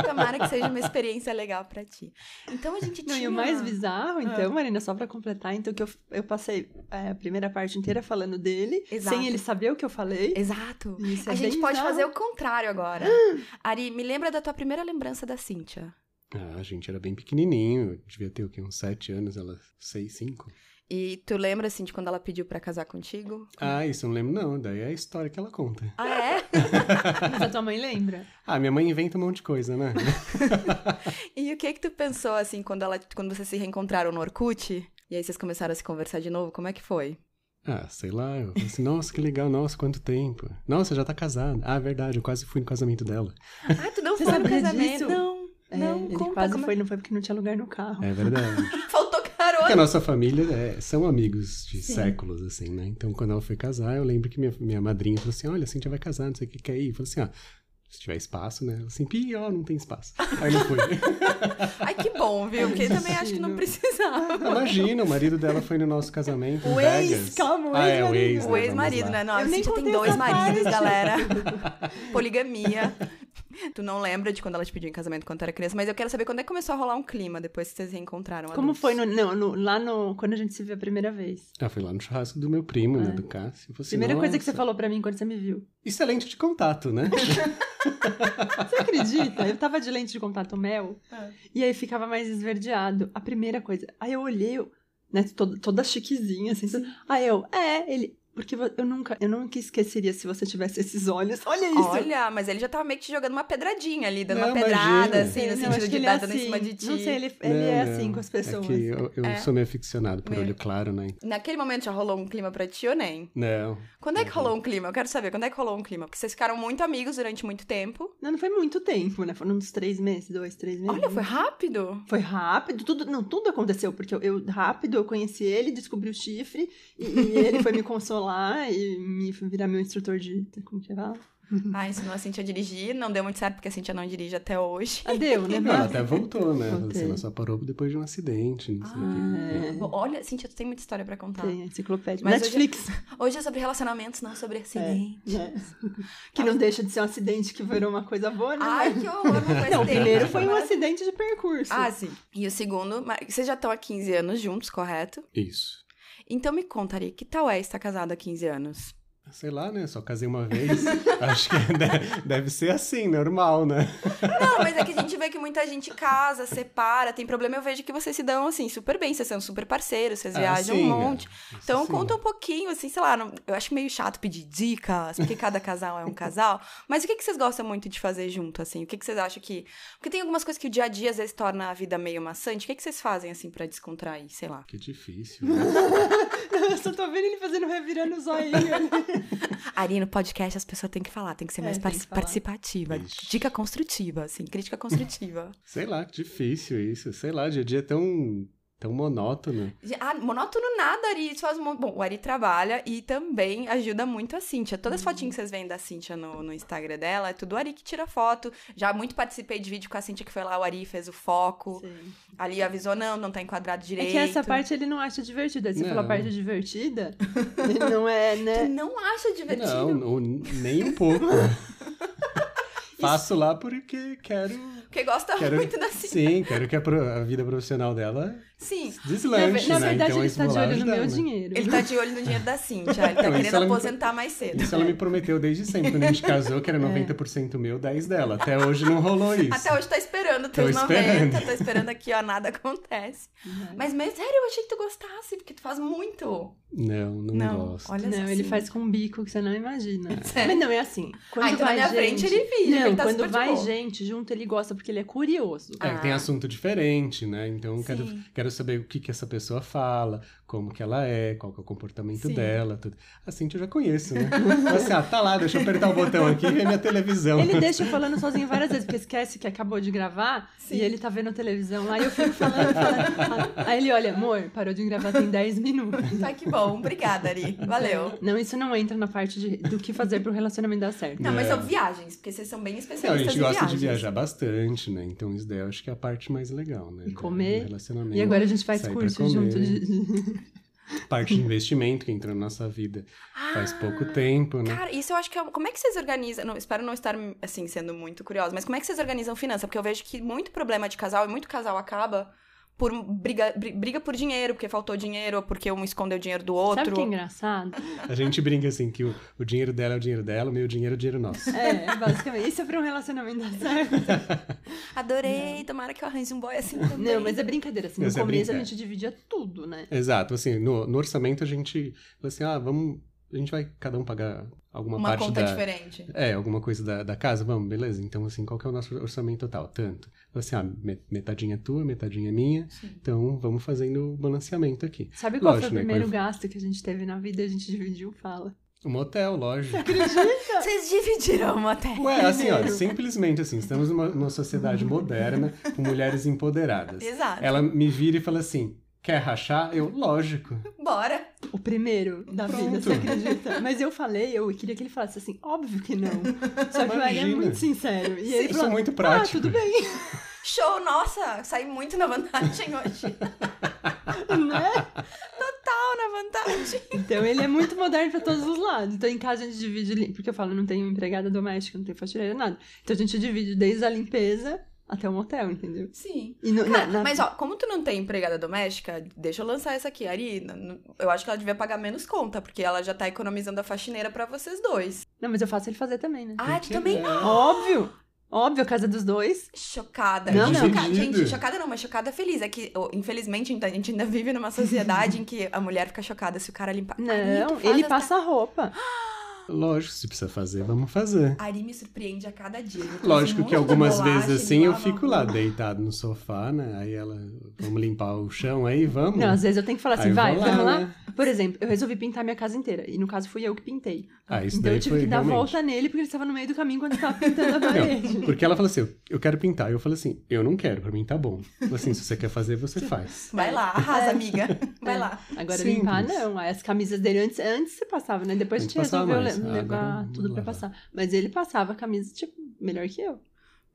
Speaker 2: Tomara que seja uma experiência legal pra ti. Então a gente
Speaker 4: Não,
Speaker 2: tinha...
Speaker 4: e o mais bizarro, então, Marina, só pra completar, então, que eu, eu passei é, a primeira parte inteira falando dele,
Speaker 2: Exato.
Speaker 4: sem ele saber o que eu falei.
Speaker 2: Exato.
Speaker 4: E Isso é
Speaker 2: a gente
Speaker 4: bem
Speaker 2: pode
Speaker 4: bizarro.
Speaker 2: fazer o contrário agora. Ari, me lembra da tua primeira lembrança da Cíntia.
Speaker 5: Ah, a gente era bem pequenininho, devia ter o quê? Uns sete anos, ela seis, cinco.
Speaker 2: E tu lembra, assim, de quando ela pediu pra casar contigo?
Speaker 5: Ah, isso eu não lembro não, daí é a história que ela conta.
Speaker 2: Ah, é?
Speaker 4: Mas a tua mãe lembra?
Speaker 5: Ah, minha mãe inventa um monte de coisa, né?
Speaker 2: E o que que tu pensou, assim, quando, ela, quando vocês se reencontraram no Orkut? E aí vocês começaram a se conversar de novo? Como é que foi?
Speaker 5: ah, sei lá, eu falei assim, nossa, que legal, nossa, quanto tempo. Nossa, já tá casada. Ah, verdade, eu quase fui no casamento dela.
Speaker 2: Ah, tu não
Speaker 4: Você
Speaker 2: foi no
Speaker 4: sabia
Speaker 2: casamento?
Speaker 4: disso?
Speaker 2: Não,
Speaker 4: É,
Speaker 2: não,
Speaker 4: ele
Speaker 2: conta
Speaker 4: quase
Speaker 2: como é-
Speaker 4: foi, não foi porque não tinha lugar no carro.
Speaker 5: É verdade.
Speaker 2: Faltou
Speaker 5: Porque
Speaker 2: carona.
Speaker 5: a nossa família é, são amigos de
Speaker 4: Sim.
Speaker 5: séculos, assim, né? Então, quando ela foi casar, eu lembro que minha, minha madrinha falou assim: olha, a Cintia vai casar, não sei o que quer ir. Eu falei assim: ó, se tiver espaço, né? Ela assim, pi, ó, não tem espaço. Aí não foi.
Speaker 2: Ai, que bom, viu? Porque eu também acho que não
Speaker 4: Imagino.
Speaker 2: precisava.
Speaker 5: Imagina, o marido dela foi no nosso casamento. em
Speaker 4: O ex,
Speaker 5: É. Vegas.
Speaker 4: calma, o
Speaker 5: Ah, é, o
Speaker 4: ex-marido.
Speaker 5: ex.
Speaker 2: O ex-marido,
Speaker 5: vamos lá.
Speaker 2: né? Não, a
Speaker 4: Eu nem
Speaker 2: Cintia tem
Speaker 4: contei
Speaker 2: dois
Speaker 4: essa
Speaker 2: maridos,
Speaker 4: parte.
Speaker 2: galera. Poligamia. Tu não lembra de quando ela te pediu em casamento quando tu era criança, mas eu quero saber quando é que começou a rolar um clima depois que vocês se reencontraram.
Speaker 4: Como
Speaker 2: adultos.
Speaker 4: foi no- não, no- lá no, quando a gente se viu a primeira vez?
Speaker 5: Ah, foi lá no churrasco do meu primo, né?
Speaker 4: É.
Speaker 5: Do Cássio. Eu falei assim,
Speaker 4: Primeira coisa que
Speaker 5: "Nossa,
Speaker 4: você falou pra mim quando você me viu.
Speaker 5: Isso é lente de contato, né?
Speaker 4: Você acredita? Eu tava de lente de contato mel
Speaker 2: É.
Speaker 4: e aí ficava mais esverdeado. A primeira coisa. Aí eu olhei, eu, né, toda, toda chiquezinha, assim. tudo. Aí eu, é, ele. Porque vo- eu nunca, eu nunca esqueceria se você tivesse esses olhos. Olha isso.
Speaker 2: Olha, mas ele já tava meio que te jogando uma pedradinha ali, dando
Speaker 5: Não,
Speaker 2: uma pedrada,
Speaker 5: imagina.
Speaker 2: assim,
Speaker 4: Não,
Speaker 2: no
Speaker 4: acho
Speaker 2: sentido
Speaker 4: que
Speaker 2: de
Speaker 4: ele
Speaker 2: dar
Speaker 4: é
Speaker 2: dando
Speaker 4: assim.
Speaker 2: em cima de ti.
Speaker 4: Não sei, ele, ele
Speaker 5: Não,
Speaker 4: é
Speaker 5: não.
Speaker 4: assim com as pessoas.
Speaker 5: É que eu, eu
Speaker 2: É.
Speaker 5: sou meio aficionado por
Speaker 2: Meio.
Speaker 5: olho claro, né?
Speaker 2: Naquele momento já rolou um clima pra ti ou nem?
Speaker 5: Não.
Speaker 2: Quando é que
Speaker 5: Uhum.
Speaker 2: rolou um clima? Eu quero saber, quando é que rolou um clima? Porque vocês ficaram muito amigos durante muito tempo.
Speaker 4: Não, não foi muito tempo, né? Foram uns três meses, dois, três meses.
Speaker 2: Olha, foi rápido.
Speaker 4: Foi rápido, tudo, não, tudo aconteceu, porque eu, eu- rápido eu conheci ele, descobri o chifre, e, e ele foi me consolar e me virar meu instrutor de. Como que é era?
Speaker 2: Ah, ensinou a Cintia a dirigir, não deu muito certo porque a Cintia não dirige até hoje.
Speaker 4: Adeu, né?
Speaker 5: Ela
Speaker 2: é?
Speaker 4: Mas-
Speaker 5: até voltou, né? Ela falou assim,
Speaker 4: Voltei.
Speaker 5: Ela só parou depois de um acidente, não sei o quê.
Speaker 4: É,
Speaker 2: Bom, Ah, Olha, Cintia, tu tem muita história pra contar.
Speaker 4: tem a enciclopédia.
Speaker 2: Mas
Speaker 4: Netflix.
Speaker 2: Hoje é sobre relacionamentos, não sobre acidente.
Speaker 4: né? Que não deixa de ser um acidente que virou uma coisa boa, né?
Speaker 2: É. Ai, que horror, não foi
Speaker 4: não, o
Speaker 2: acidente.
Speaker 4: primeiro foi um
Speaker 2: Mas-
Speaker 4: acidente de percurso.
Speaker 2: Ah, sim. E o segundo, mas vocês já estão há 15 anos juntos, correto?
Speaker 5: É. Isso.
Speaker 2: Então me conta, Ari, que tal é estar casado há 15 anos?
Speaker 5: Sei lá, né? Só casei uma vez. Acho que de- deve ser assim, normal, né?
Speaker 2: Não, mas é que a gente vê que muita gente casa, separa, tem problema. Eu vejo que vocês se dão, assim, super bem. Vocês são super parceiros, vocês viajam um
Speaker 5: Assim,
Speaker 2: monte.
Speaker 5: é. Isso
Speaker 2: Então
Speaker 5: sim.
Speaker 2: conta um pouquinho, assim, sei lá. não- eu acho meio chato pedir dicas, porque cada casal é um casal. Mas o que, que vocês gostam muito de fazer junto, assim? O que, que vocês acham que... Porque tem algumas coisas que o dia a dia, às vezes, torna a vida meio maçante. O que, que vocês fazem, assim, pra descontrair, sei lá?
Speaker 5: Que difícil, né?
Speaker 4: Eu só tô vendo ele fazendo revirando o zoinho.
Speaker 2: Ari, no podcast as pessoas têm que falar, tem que ser
Speaker 4: É,
Speaker 2: mais
Speaker 4: tem
Speaker 2: parci-
Speaker 4: que falar.
Speaker 2: participativa.
Speaker 5: Ixi.
Speaker 2: Dica construtiva, assim, crítica construtiva.
Speaker 5: Sei lá, que difícil isso. Sei lá, dia a dia é tão tão monótono.
Speaker 2: Ah, monótono nada, Ari. Isso faz muito. Bom, o Ari trabalha e também ajuda muito a Cintia. Todas
Speaker 4: Uhum.
Speaker 2: as fotinhas que vocês veem da Cintia no, no Instagram dela, é tudo o Ari que tira foto. Já muito participei de vídeo com a Cintia que foi lá, o Ari fez o foco.
Speaker 4: Sim.
Speaker 2: Ali avisou, não, não tá enquadrado direito.
Speaker 4: É que essa parte ele não acha divertida. Aí Você
Speaker 5: Não.
Speaker 4: falou a parte divertida, não é,
Speaker 2: Tu
Speaker 4: né?
Speaker 2: não acha divertido?
Speaker 5: Não, não, nem um pouco. Faço lá porque quero.
Speaker 2: Porque gosta
Speaker 5: Quero-
Speaker 2: muito da Cintia.
Speaker 5: Sim, quero que a, pro- a vida profissional dela
Speaker 2: Sim.
Speaker 4: Na,
Speaker 5: deslanche,
Speaker 4: ve- na
Speaker 5: né?
Speaker 4: verdade,
Speaker 5: então,
Speaker 4: ele
Speaker 5: isso
Speaker 4: está de
Speaker 5: vou lá
Speaker 4: olho no
Speaker 5: ajudar,
Speaker 4: meu
Speaker 5: né?
Speaker 4: dinheiro.
Speaker 2: Ele tá de olho no dinheiro da Cintia. Ele tá
Speaker 5: Não, isso
Speaker 2: querendo
Speaker 5: ela me-
Speaker 2: aposentar mais cedo.
Speaker 5: Isso ela me prometeu desde sempre. Quando a gente casou,
Speaker 4: É.
Speaker 5: que era 90% meu, 10% dela. Até hoje não rolou isso.
Speaker 2: Até hoje tá esperando
Speaker 5: Tô
Speaker 2: teus 90,
Speaker 5: esperando.
Speaker 2: tô esperando aqui, ó, nada acontece. Mas, mas sério, eu achei que tu gostasse, porque tu faz muito.
Speaker 5: Não, não,
Speaker 2: Não,
Speaker 5: gosto.
Speaker 2: olha
Speaker 4: Não,
Speaker 2: só,
Speaker 4: ele
Speaker 2: assim.
Speaker 4: faz com um bico que você não imagina.
Speaker 2: Sério?
Speaker 4: Mas não, é assim. Quando
Speaker 2: Ah, então na
Speaker 4: vai
Speaker 2: minha
Speaker 4: gente...
Speaker 2: frente ele finge,
Speaker 4: Não,
Speaker 2: ele tá
Speaker 4: quando
Speaker 2: super de
Speaker 4: vai
Speaker 2: boa.
Speaker 4: gente junto, ele gosta porque ele é curioso.
Speaker 5: É, tem
Speaker 2: Ah.
Speaker 5: assunto diferente, né? Então eu quero,
Speaker 2: Sim.
Speaker 5: quero saber o que, que essa pessoa fala, como que ela é, qual que é o comportamento
Speaker 4: Sim.
Speaker 5: dela, tudo. A Cintia eu já conheço, né? assim, ah, tá lá, deixa eu apertar o botão aqui e ver minha televisão.
Speaker 4: Ele deixa eu falando sozinho várias vezes, porque esquece que acabou de gravar
Speaker 2: Sim.
Speaker 4: e ele tá vendo a televisão lá e eu fico falando, falando. falando. Aí ele olha, amor, parou de gravar tem 10 minutos.
Speaker 2: Tá que bom. Obrigada, Ari. Valeu.
Speaker 4: Não, isso não entra na parte de- do que fazer pro relacionamento dar certo.
Speaker 2: Não, mas
Speaker 5: É.
Speaker 2: são viagens, porque vocês são bem
Speaker 5: Não, a
Speaker 2: especialistas
Speaker 5: gente
Speaker 2: em
Speaker 5: gosta de
Speaker 2: viagens.
Speaker 5: viajar bastante, né? Então isso daí eu acho que é a parte mais legal, né?
Speaker 4: E
Speaker 5: Do- do
Speaker 4: comer.
Speaker 5: relacionamento.
Speaker 4: E agora a gente faz
Speaker 5: Sai pra
Speaker 4: curso
Speaker 5: comer.
Speaker 4: junto de.
Speaker 5: Parte de investimento que entrou na nossa vida
Speaker 2: Ah,
Speaker 5: faz pouco tempo, né?
Speaker 2: Cara, isso eu acho que é. Como é que vocês organizam? Não, espero não estar, assim, sendo muito curiosa, mas como é que vocês organizam finança? Porque eu vejo que muito problema de casal e muito casal acaba por briga, bri- briga por dinheiro, porque faltou dinheiro, ou porque um escondeu dinheiro do outro.
Speaker 4: Sabe o que é engraçado?
Speaker 5: A gente brinca assim que o, o dinheiro dela é o dinheiro dela, o meu dinheiro é o dinheiro nosso.
Speaker 4: É, basicamente. Isso é pra um relacionamento dar certo.
Speaker 2: Adorei, tomara que eu arranje um boy assim também.
Speaker 4: Não, mas é brincadeira. Assim, no
Speaker 5: Essa é
Speaker 4: começo a
Speaker 5: brinca-
Speaker 4: gente dividia tudo, né?
Speaker 5: Exato, assim, no, no orçamento a gente fala assim, ah, vamos. A gente vai cada um pagar alguma
Speaker 2: uma
Speaker 5: parte
Speaker 2: conta
Speaker 5: da.
Speaker 2: diferente.
Speaker 5: É, alguma coisa da, da casa, vamos, beleza. Então, assim, qual que é o nosso orçamento total? Tanto. Fala Assim, ah, me- metadinha é tua, metadinha é minha. Então, vamos fazendo o balanceamento aqui.
Speaker 4: Sabe qual
Speaker 5: Lógico,
Speaker 4: foi
Speaker 5: né?
Speaker 4: o primeiro
Speaker 5: Quando-
Speaker 4: gasto que a gente teve na vida? A gente dividiu, fala.
Speaker 5: O Um motel, lógico.
Speaker 2: Vocês dividiram até.
Speaker 5: Ué, assim, ó, simplesmente assim, estamos numa, numa sociedade moderna, com mulheres empoderadas.
Speaker 2: Exato.
Speaker 5: Ela me vira e fala assim, quer rachar? Eu, lógico.
Speaker 2: Bora.
Speaker 4: O primeiro da vida,
Speaker 5: Pronto.
Speaker 4: você acredita? Mas eu falei, eu queria que ele falasse assim, óbvio que não. Só que o Ari é
Speaker 5: Imagina.
Speaker 4: muito sincero. E
Speaker 5: Eu
Speaker 4: ele
Speaker 5: sou
Speaker 4: falou,
Speaker 5: é muito
Speaker 4: ah,
Speaker 5: prático.
Speaker 4: tudo bem,
Speaker 2: Show, nossa, saí muito na vantagem hoje.
Speaker 4: né?
Speaker 2: Total na vantagem.
Speaker 4: Então ele é muito moderno pra todos os lados. Então em casa a gente divide, lim- porque eu falo, não tenho empregada doméstica, não tenho faxineira, nada. Então a gente divide desde a limpeza até o motel, entendeu?
Speaker 2: Sim.
Speaker 4: E no-
Speaker 2: Cara,
Speaker 4: na- na-
Speaker 2: mas ó, como tu não tem empregada doméstica, deixa eu lançar essa aqui, Ari. n- n- Eu acho que ela devia pagar menos conta, porque ela já tá economizando a faxineira pra vocês dois.
Speaker 4: Não, mas eu faço ele fazer também, né?
Speaker 2: Ah, tu
Speaker 5: é,
Speaker 2: também?
Speaker 4: Óbvio! Óbvio, a casa dos dois.
Speaker 2: Chocada.
Speaker 4: Não, não.
Speaker 2: Choca-
Speaker 5: Dividido.
Speaker 2: Gente, chocada não, mas chocada feliz. É que, ó, infelizmente, ainda- a gente ainda vive numa sociedade em que a mulher fica chocada se o cara limpar. Ari, tu
Speaker 4: Não,
Speaker 2: faz
Speaker 4: ele
Speaker 2: as
Speaker 4: passa a roupa.
Speaker 5: Lógico, se precisa fazer, vamos fazer.
Speaker 2: Ari me surpreende a cada dia. Ele traz
Speaker 5: Lógico
Speaker 2: um monte
Speaker 5: que
Speaker 2: de
Speaker 5: algumas
Speaker 2: bolacha,
Speaker 5: vezes assim
Speaker 2: ele
Speaker 5: eu
Speaker 2: lava
Speaker 5: fico lá deitado no sofá, né? Aí ela, vamos limpar o chão aí, vamos.
Speaker 4: Não, às vezes eu tenho que falar
Speaker 5: Aí
Speaker 4: assim,
Speaker 5: eu
Speaker 4: vai,
Speaker 5: vou lá,
Speaker 4: vamos lá.
Speaker 5: né?
Speaker 4: Por exemplo, eu resolvi pintar minha casa inteira. E no caso fui eu que pintei.
Speaker 5: Ah, isso
Speaker 4: então
Speaker 5: daí
Speaker 4: eu tive
Speaker 5: foi
Speaker 4: que dar
Speaker 5: realmente.
Speaker 4: volta nele porque ele estava no meio do caminho quando eu estava pintando a parede.
Speaker 5: Não, porque ela falou assim, eu- eu quero pintar. Eu falei assim, eu não quero, pra mim tá bom. Eu falei assim, se você quer fazer, você faz.
Speaker 2: Vai lá,
Speaker 4: É.
Speaker 2: arrasa, amiga. Vai lá.
Speaker 4: Agora
Speaker 5: Simples.
Speaker 4: limpar, não. Aí As camisas dele antes, antes você passava, né? Depois a
Speaker 5: Antes
Speaker 4: gente
Speaker 5: passava
Speaker 4: resolveu
Speaker 5: mais.
Speaker 4: le-
Speaker 5: Ah,
Speaker 4: levar
Speaker 5: agora não
Speaker 4: tudo pra
Speaker 5: leva.
Speaker 4: passar. Mas ele passava a camisa, tipo, melhor que eu.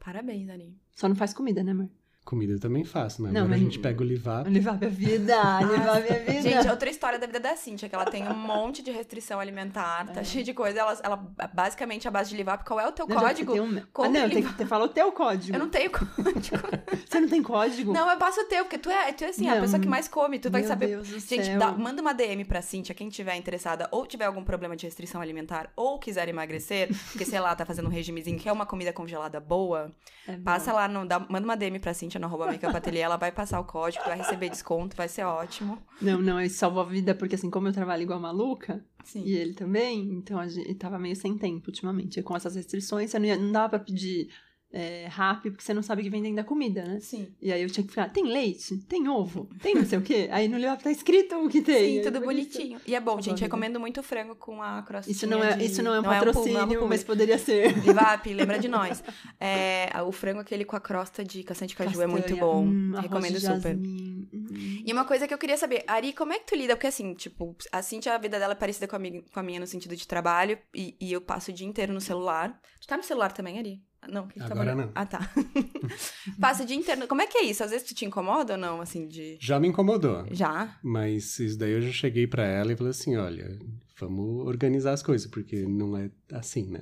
Speaker 2: Parabéns, Ari.
Speaker 4: Só não faz comida, né, amor?
Speaker 5: Comida eu também faço, né?
Speaker 4: Não,
Speaker 5: Agora
Speaker 4: mas-
Speaker 5: a gente pega o livar.
Speaker 4: Levar minha vida, levar minha vida.
Speaker 2: Gente, é outra história da vida da Cintia, que ela tem um monte de restrição alimentar, tá cheia de coisa. Ela, ela é basicamente, a base de livrar, qual é o teu
Speaker 4: É. Não, já
Speaker 2: código?
Speaker 4: tem um-
Speaker 2: Compre
Speaker 4: Ah, não, tem
Speaker 2: livar.
Speaker 4: que ter, fala o teu código.
Speaker 2: Eu não tenho código.
Speaker 4: Você não tem código?
Speaker 2: não, eu passo o teu, porque tu é, tu é assim, a
Speaker 4: Não.
Speaker 2: pessoa que mais come, tu vai
Speaker 4: Meu
Speaker 2: saber.
Speaker 4: Deus do
Speaker 2: Gente,
Speaker 4: céu.
Speaker 2: dá- manda uma DM pra Cintia, quem tiver interessada ou tiver algum problema de restrição alimentar ou quiser emagrecer, porque sei lá, tá fazendo um regimezinho, quer uma comida congelada boa,
Speaker 4: É bom.
Speaker 2: passa lá, no, dá- manda uma DM pra Cintia no arroba Makeup Ateliê, ela vai passar o código, tu vai receber desconto, vai ser ótimo.
Speaker 4: Não, não, isso salvou a vida, porque assim, como eu trabalho igual maluca,
Speaker 2: Sim.
Speaker 4: e ele também, então a gente tava meio sem tempo ultimamente. Com essas restrições, você não, ia, não dava pra pedir é, rápido, porque você não sabe o que vem dentro da comida, né?
Speaker 2: Sim.
Speaker 4: E aí eu tinha que ficar, tem leite? Tem ovo? Tem não sei o quê? Aí no livro tá escrito o que tem.
Speaker 2: Sim,
Speaker 4: Aí
Speaker 2: tudo
Speaker 4: por isso-
Speaker 2: bonitinho. E é bom,
Speaker 4: Tá
Speaker 2: gente.
Speaker 4: bom,
Speaker 2: Recomendo muito o frango com a crostinha
Speaker 4: Isso não, é,
Speaker 2: de-
Speaker 4: isso não é um
Speaker 2: pu-
Speaker 4: patrocínio,
Speaker 2: não é um
Speaker 4: mas
Speaker 2: público.
Speaker 4: poderia ser.
Speaker 2: Livap, lembra de nós. É, o frango aquele com a crosta de castanha de caju é muito
Speaker 4: Castanha,
Speaker 2: bom.
Speaker 4: hum, arroz
Speaker 2: Recomendo
Speaker 4: de
Speaker 2: super.
Speaker 4: jasmim, hum.
Speaker 2: E uma coisa que eu queria saber, Ari, como é que tu lida? Porque assim, tipo, a Cintia, a vida dela é parecida com a, mi- com a minha no sentido de trabalho, e, e eu passo o dia inteiro no celular. Tu tá no celular também, Ari? Não, que tu tá
Speaker 5: Agora
Speaker 2: olhando?
Speaker 5: não.
Speaker 2: Ah, tá. passo o dia inteiro. no- Como é que é isso? Às vezes tu te incomoda ou não, assim, de.
Speaker 5: Já me incomodou. É.
Speaker 2: Já?
Speaker 5: Mas isso daí eu já cheguei pra ela e falei assim, olha, vamos organizar as coisas, porque não é assim, né?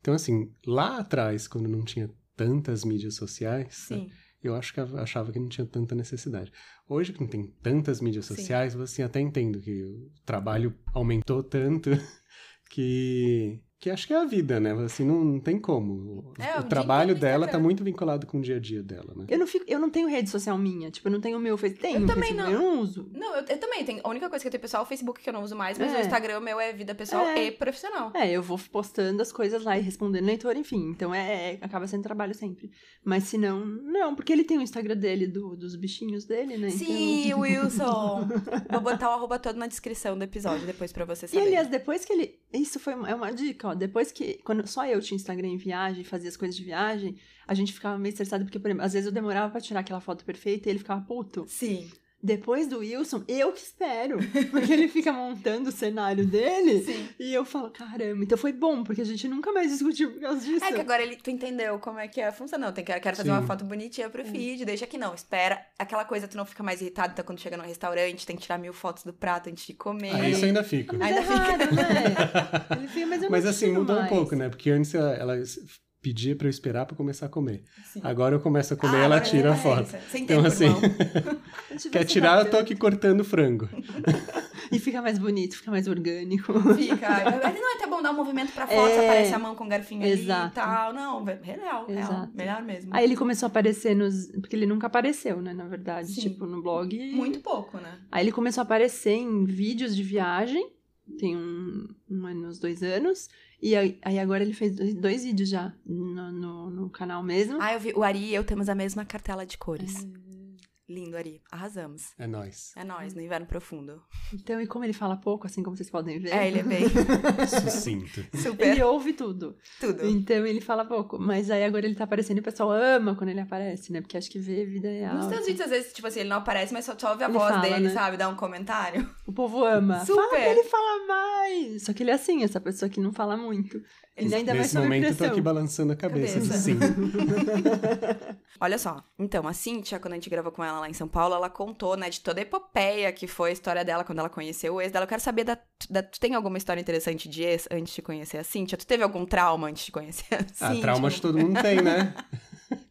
Speaker 5: Então, assim, lá atrás, quando não tinha tantas mídias sociais,
Speaker 2: Sim.
Speaker 5: eu acho que eu achava que não tinha tanta necessidade. Hoje que não tem tantas mídias
Speaker 2: Sim.
Speaker 5: sociais, assim, até entendo que o trabalho aumentou tanto que que acho que é a vida, né? Assim, não, não tem como. O,
Speaker 2: É, o
Speaker 5: o
Speaker 2: dia
Speaker 5: trabalho
Speaker 2: inteiro no
Speaker 5: dela tá
Speaker 2: Instagram.
Speaker 5: muito vinculado com o dia a dia dela, né?
Speaker 4: Eu não, fico, eu não tenho rede social minha. Tipo, eu não tenho o meu Facebook. Tenho
Speaker 2: Eu
Speaker 4: um
Speaker 2: também
Speaker 4: Facebook,
Speaker 2: não.
Speaker 4: Eu não uso.
Speaker 2: Não, eu, eu também tenho. A única coisa que eu tenho pessoal é o Facebook que eu não uso mais, mas
Speaker 4: É.
Speaker 2: o Instagram meu é vida pessoal
Speaker 4: É.
Speaker 2: e profissional.
Speaker 4: É, eu vou postando as coisas lá e respondendo leitor, enfim. Então é, é- acaba sendo trabalho sempre. Mas se não, não, porque ele tem o Instagram dele, do- dos bichinhos dele, né?
Speaker 2: Sim, Wilson! Vou botar o arroba todo na descrição do episódio depois pra você
Speaker 4: Então... E
Speaker 2: saber.
Speaker 4: aliás, depois que ele. Isso foi uma, é uma dica, ó. Depois que. Quando só eu tinha Instagram em viagem, fazia as coisas de viagem, a gente ficava meio estressado, porque, por exemplo, às vezes eu demorava pra tirar aquela foto perfeita e ele ficava puto.
Speaker 2: Sim.
Speaker 4: Depois do Wilson, eu que espero. Porque ele fica montando o cenário dele. E eu falo, caramba, então foi bom, porque a gente nunca mais discutiu por causa disso.
Speaker 2: É que agora ele, tu entendeu como é que é a função. Não, tem que, eu quero fazer
Speaker 5: Sim.
Speaker 2: uma foto bonitinha
Speaker 4: É.
Speaker 2: pro feed, deixa aqui não. Espera. Aquela coisa, tu não fica mais irritado então, quando chega num restaurante, tem que tirar mil fotos do prato antes de comer.
Speaker 5: Aí isso ainda fica.
Speaker 4: Mas
Speaker 2: Ainda
Speaker 4: é raro, né? Ele fica, mas eu não
Speaker 5: Mas assim,
Speaker 4: tiro
Speaker 5: mudou um
Speaker 4: mais."
Speaker 5: pouco, né? Porque antes ela, ela pedia pra eu esperar pra começar a comer.
Speaker 2: Sim.
Speaker 5: Agora eu começo a
Speaker 2: Ah,
Speaker 5: comer e ela
Speaker 2: agora
Speaker 5: tira a
Speaker 2: tem
Speaker 1: é
Speaker 2: essa.
Speaker 5: foto.
Speaker 2: Você entende,
Speaker 5: Então, assim,
Speaker 2: irmão?
Speaker 4: A gente tá vai
Speaker 5: quer
Speaker 4: se
Speaker 5: tirar, eu tô
Speaker 4: adaptando.
Speaker 5: aqui cortando frango.
Speaker 4: E fica mais bonito, fica mais orgânico.
Speaker 2: Fica. Mas não é até bom dar um movimento pra foto,
Speaker 4: É.
Speaker 2: se aparece a mão com o garfinho ali e
Speaker 4: Exato.
Speaker 2: tal. Não, é real, real.
Speaker 4: Exato.
Speaker 2: Melhor mesmo.
Speaker 4: Aí ele começou a aparecer nos. Porque ele nunca apareceu, né? Na verdade,
Speaker 2: Sim.
Speaker 4: tipo, no blog.
Speaker 2: Muito pouco, né?
Speaker 4: Aí ele começou a aparecer em vídeos de viagem. Tem um, um ano, uns dois anos. E aí, aí agora ele fez dois, dois vídeos já no, no, no canal mesmo.
Speaker 2: Ah, eu vi. O Ari e eu temos a mesma cartela de cores. Lindo, Ari. Arrasamos.
Speaker 5: É nóis.
Speaker 2: É nós, no inverno profundo.
Speaker 4: Então, e como ele fala pouco, assim como vocês podem ver,
Speaker 2: É, ele é bem
Speaker 5: Sucinto.
Speaker 2: super
Speaker 4: ele ouve tudo.
Speaker 2: tudo.
Speaker 4: Então ele fala pouco. Mas aí agora ele tá aparecendo e o pessoal ama quando ele aparece, né? Porque acho que vê vida real.
Speaker 2: Nos teus vídeos, às vezes, tipo assim, ele não aparece, mas só tu ouve a
Speaker 4: Ele
Speaker 2: voz
Speaker 4: fala,
Speaker 2: dele,
Speaker 4: né?
Speaker 2: sabe? Dá um comentário.
Speaker 4: O povo ama.
Speaker 2: Super.
Speaker 4: Fala pra ele falar mais. Só que ele é assim, essa pessoa que não fala muito. Ele ainda vai
Speaker 5: Nesse
Speaker 4: sob
Speaker 5: momento eu tô
Speaker 4: pressão.
Speaker 5: aqui balançando a cabeça. assim.
Speaker 2: Cabeça.
Speaker 5: Sim.
Speaker 2: Olha só, então, a Cintia, quando a gente gravou com ela lá em São Paulo, ela contou, né, de toda a epopeia que foi a história dela quando ela conheceu o ex dela. Eu quero saber da. da- tu tem alguma história interessante de ex antes de conhecer a Cintia? Tu teve algum trauma antes de conhecer a Cintia?
Speaker 5: Ah, trauma
Speaker 4: tipo.
Speaker 5: de todo mundo tem, né?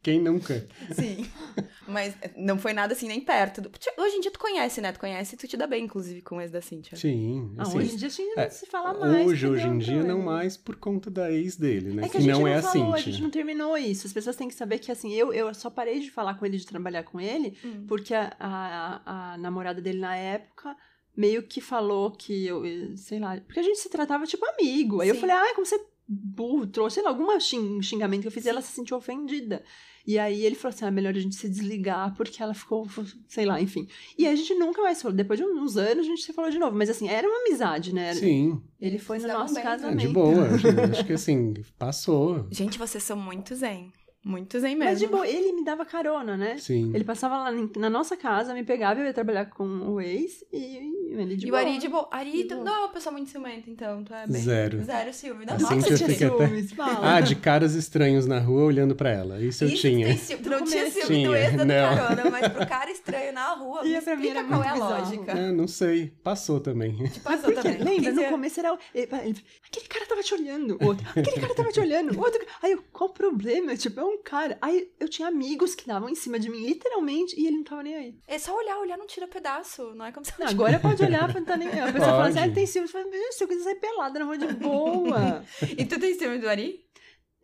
Speaker 5: Quem nunca?
Speaker 2: Sim. Mas eh, não foi nada assim nem perto. do- Ti- Hoje em dia tu conhece, né? Tu conhece e tu te dá bem, inclusive, com o ex da Cintia.
Speaker 5: Sim.
Speaker 4: Ah,
Speaker 5: assim,
Speaker 4: hoje em dia tinha
Speaker 5: é,
Speaker 4: que se falar mais.
Speaker 5: hoje,
Speaker 4: entendeu?
Speaker 5: hoje em dia,
Speaker 4: Então,
Speaker 5: não
Speaker 4: é.
Speaker 5: mais por conta da ex dele, né?
Speaker 4: É que, a
Speaker 5: não
Speaker 4: gente não,
Speaker 5: é
Speaker 4: falou,
Speaker 5: assim.
Speaker 4: a gente não terminou isso. As pessoas têm que saber que, assim, eu, eu só parei de falar com ele, de trabalhar com ele,
Speaker 2: Hum.
Speaker 4: porque a, a, a namorada dele na época meio que falou que eu, eu- sei lá, porque a gente se tratava tipo amigo. Aí eu
Speaker 2: Sim.
Speaker 4: falei, ai, como você é burro, trouxe, sei lá, algum xingamento que eu fiz e ela se sentiu ofendida. E aí ele falou assim, ah, melhor a gente se desligar, porque ela ficou, sei lá, enfim. E aí a gente nunca mais falou. Depois de uns anos a gente se falou de novo. Mas assim, era uma amizade, né?
Speaker 5: Sim,
Speaker 4: Ele foi no
Speaker 2: Vocês estavam
Speaker 4: nosso
Speaker 2: bem, né?
Speaker 5: é de
Speaker 4: casamento.
Speaker 5: boa. acho- Acho que assim, passou.
Speaker 2: Gente, vocês são muito zen. Muito zen mesmo.
Speaker 4: Mas de boa, ele me dava carona, né?
Speaker 5: Sim.
Speaker 4: Ele passava lá em- na nossa casa, me pegava, eu ia trabalhar com o ex e ele de
Speaker 2: e
Speaker 4: boa. né?
Speaker 2: o Ari de boa. Ari,
Speaker 4: De
Speaker 2: tu
Speaker 4: boa.
Speaker 2: não é uma pessoa muito ciumenta, então. Tu é bem...
Speaker 5: Zero.
Speaker 2: Zero ciúme. Não,
Speaker 5: A
Speaker 2: nossa,
Speaker 5: Cíntia
Speaker 4: tinha
Speaker 2: gente.
Speaker 5: fica até-
Speaker 4: ciúmes, fala.
Speaker 5: Ah, de caras estranhos na rua olhando pra ela. Isso, eu
Speaker 2: Isso,
Speaker 5: tinha.
Speaker 2: tem ciúme. Tu não
Speaker 4: No
Speaker 2: tinha
Speaker 4: começo.
Speaker 2: ciúme do ex da
Speaker 5: Tinha,
Speaker 2: carona, mas pro cara estranho na rua, me
Speaker 4: Ia pra mim,
Speaker 2: explica
Speaker 4: era
Speaker 2: qual é
Speaker 4: muito
Speaker 2: a
Speaker 4: bizarro. né?
Speaker 2: lógica.
Speaker 5: Ah, não sei. Passou também.
Speaker 2: Te passou
Speaker 4: Porque,
Speaker 2: também.
Speaker 4: lembra,
Speaker 2: Quinze
Speaker 4: no
Speaker 2: anos.
Speaker 4: começo era. ele fala- ele fala, Aquele cara tava te olhando. O outro. Aquele cara tava te olhando. O outro. Aí eu, qual o problema? Tipo, é um cara. Aí eu tinha amigos que davam em cima de mim, literalmente, e ele não tava nem aí.
Speaker 2: É só olhar, olhar não tira pedaço. Não é como se
Speaker 4: Não, agora pode olhar, mas não tá nem aí. A pessoa fala assim,
Speaker 5: Pode.
Speaker 4: ah, tem ciúmes. Eu falo, "Meu, se eu quiser sair pelada na rua de boa.
Speaker 2: E tu tem ciúme do Ari?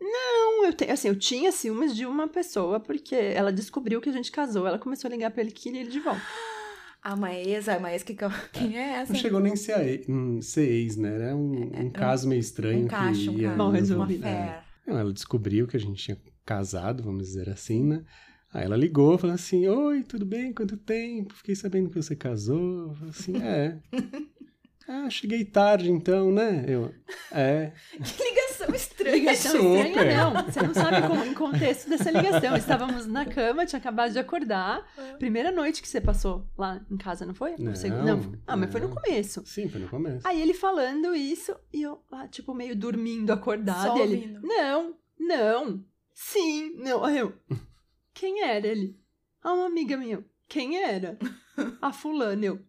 Speaker 4: Não, eu tenho, assim, eu tinha ciúmes de uma pessoa, porque ela descobriu que a gente casou, ela começou a ligar pra ele que queria ele de volta.
Speaker 2: Ah, Maesa, a Maesa que... Quem é essa?
Speaker 5: Tipo, Não chegou nem ser, a e- hum, ser ex, né? Era um, um caso meio estranho.
Speaker 2: É, Um cacho,
Speaker 5: que
Speaker 2: um
Speaker 5: ia-
Speaker 2: cacho.
Speaker 4: Mal
Speaker 2: Uma
Speaker 4: resolvido.
Speaker 2: fé.
Speaker 5: Não, ela descobriu que a gente tinha casado, vamos dizer assim, né? Aí ela ligou, falou assim: Oi, tudo bem? Quanto tempo? Fiquei sabendo que você casou. Eu falei assim: É. ah, cheguei tarde então, né? Eu, é.
Speaker 2: Que ligação,
Speaker 6: estranha.
Speaker 4: Ligação
Speaker 5: Super.
Speaker 4: estranha, não. Você não sabe como, em contexto dessa ligação. Estávamos na cama, tinha acabado de acordar. Primeira noite que você passou lá em casa, não foi? Ou você-
Speaker 5: Não,
Speaker 4: Ah, mas foi no
Speaker 5: não.
Speaker 4: começo.
Speaker 5: Sim, foi no começo.
Speaker 4: Aí ele falando isso, e eu lá, tipo, meio dormindo, acordada.
Speaker 1: Só
Speaker 4: e ele,
Speaker 1: ouvindo.
Speaker 4: não, não, sim, não. Aí eu, quem era ele? Ah, uma amiga minha. Eu, Quem era? A fulana, eu.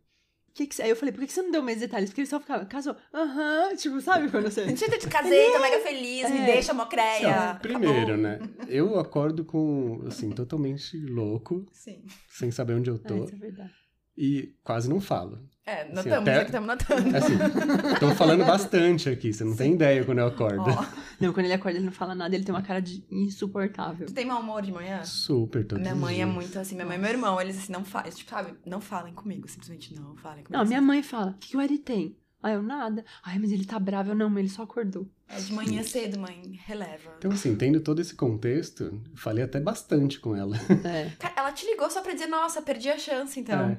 Speaker 4: Que que cê-" Aí eu falei, por que que você não deu mais detalhes? Porque ele só ficava, casou, aham, tipo, sabe quando você...
Speaker 2: Gente, eu te casei, tô mega feliz,
Speaker 4: É.
Speaker 2: me deixa, Tá mocreia.
Speaker 5: Então, primeiro, né? Eu acordo com, assim, totalmente louco,
Speaker 1: Sim.
Speaker 5: sem saber onde eu
Speaker 4: Ah,
Speaker 5: tô,
Speaker 4: isso é verdade.
Speaker 5: e quase não falo.
Speaker 2: É,
Speaker 5: Assim,
Speaker 2: notamos,
Speaker 5: até-
Speaker 2: já que estamos notando.
Speaker 5: Assim, tô falando bastante aqui, você não tem ideia quando eu acordo.
Speaker 2: Ó,
Speaker 4: Não, quando ele acorda, ele não fala nada, ele tem uma cara de insuportável.
Speaker 2: tu tem mau humor de manhã?
Speaker 5: Super, todos
Speaker 2: Minha
Speaker 5: os
Speaker 2: mãe é
Speaker 5: dias.
Speaker 2: muito assim, minha mãe e meu irmão, eles assim, não fazem, tipo, sabe, não falem comigo, simplesmente não falem comigo.
Speaker 4: Não, minha mãe fala, o que, que o Eri tem? Aí eu, nada. Ai, mas ele tá bravo. Eu, não, mas ele só acordou.
Speaker 2: É de manhã cedo, mãe, releva.
Speaker 5: Então, assim, tendo todo esse contexto, falei até bastante com ela.
Speaker 4: É.
Speaker 2: Cara, ela te ligou só pra dizer, nossa, perdi a chance, então.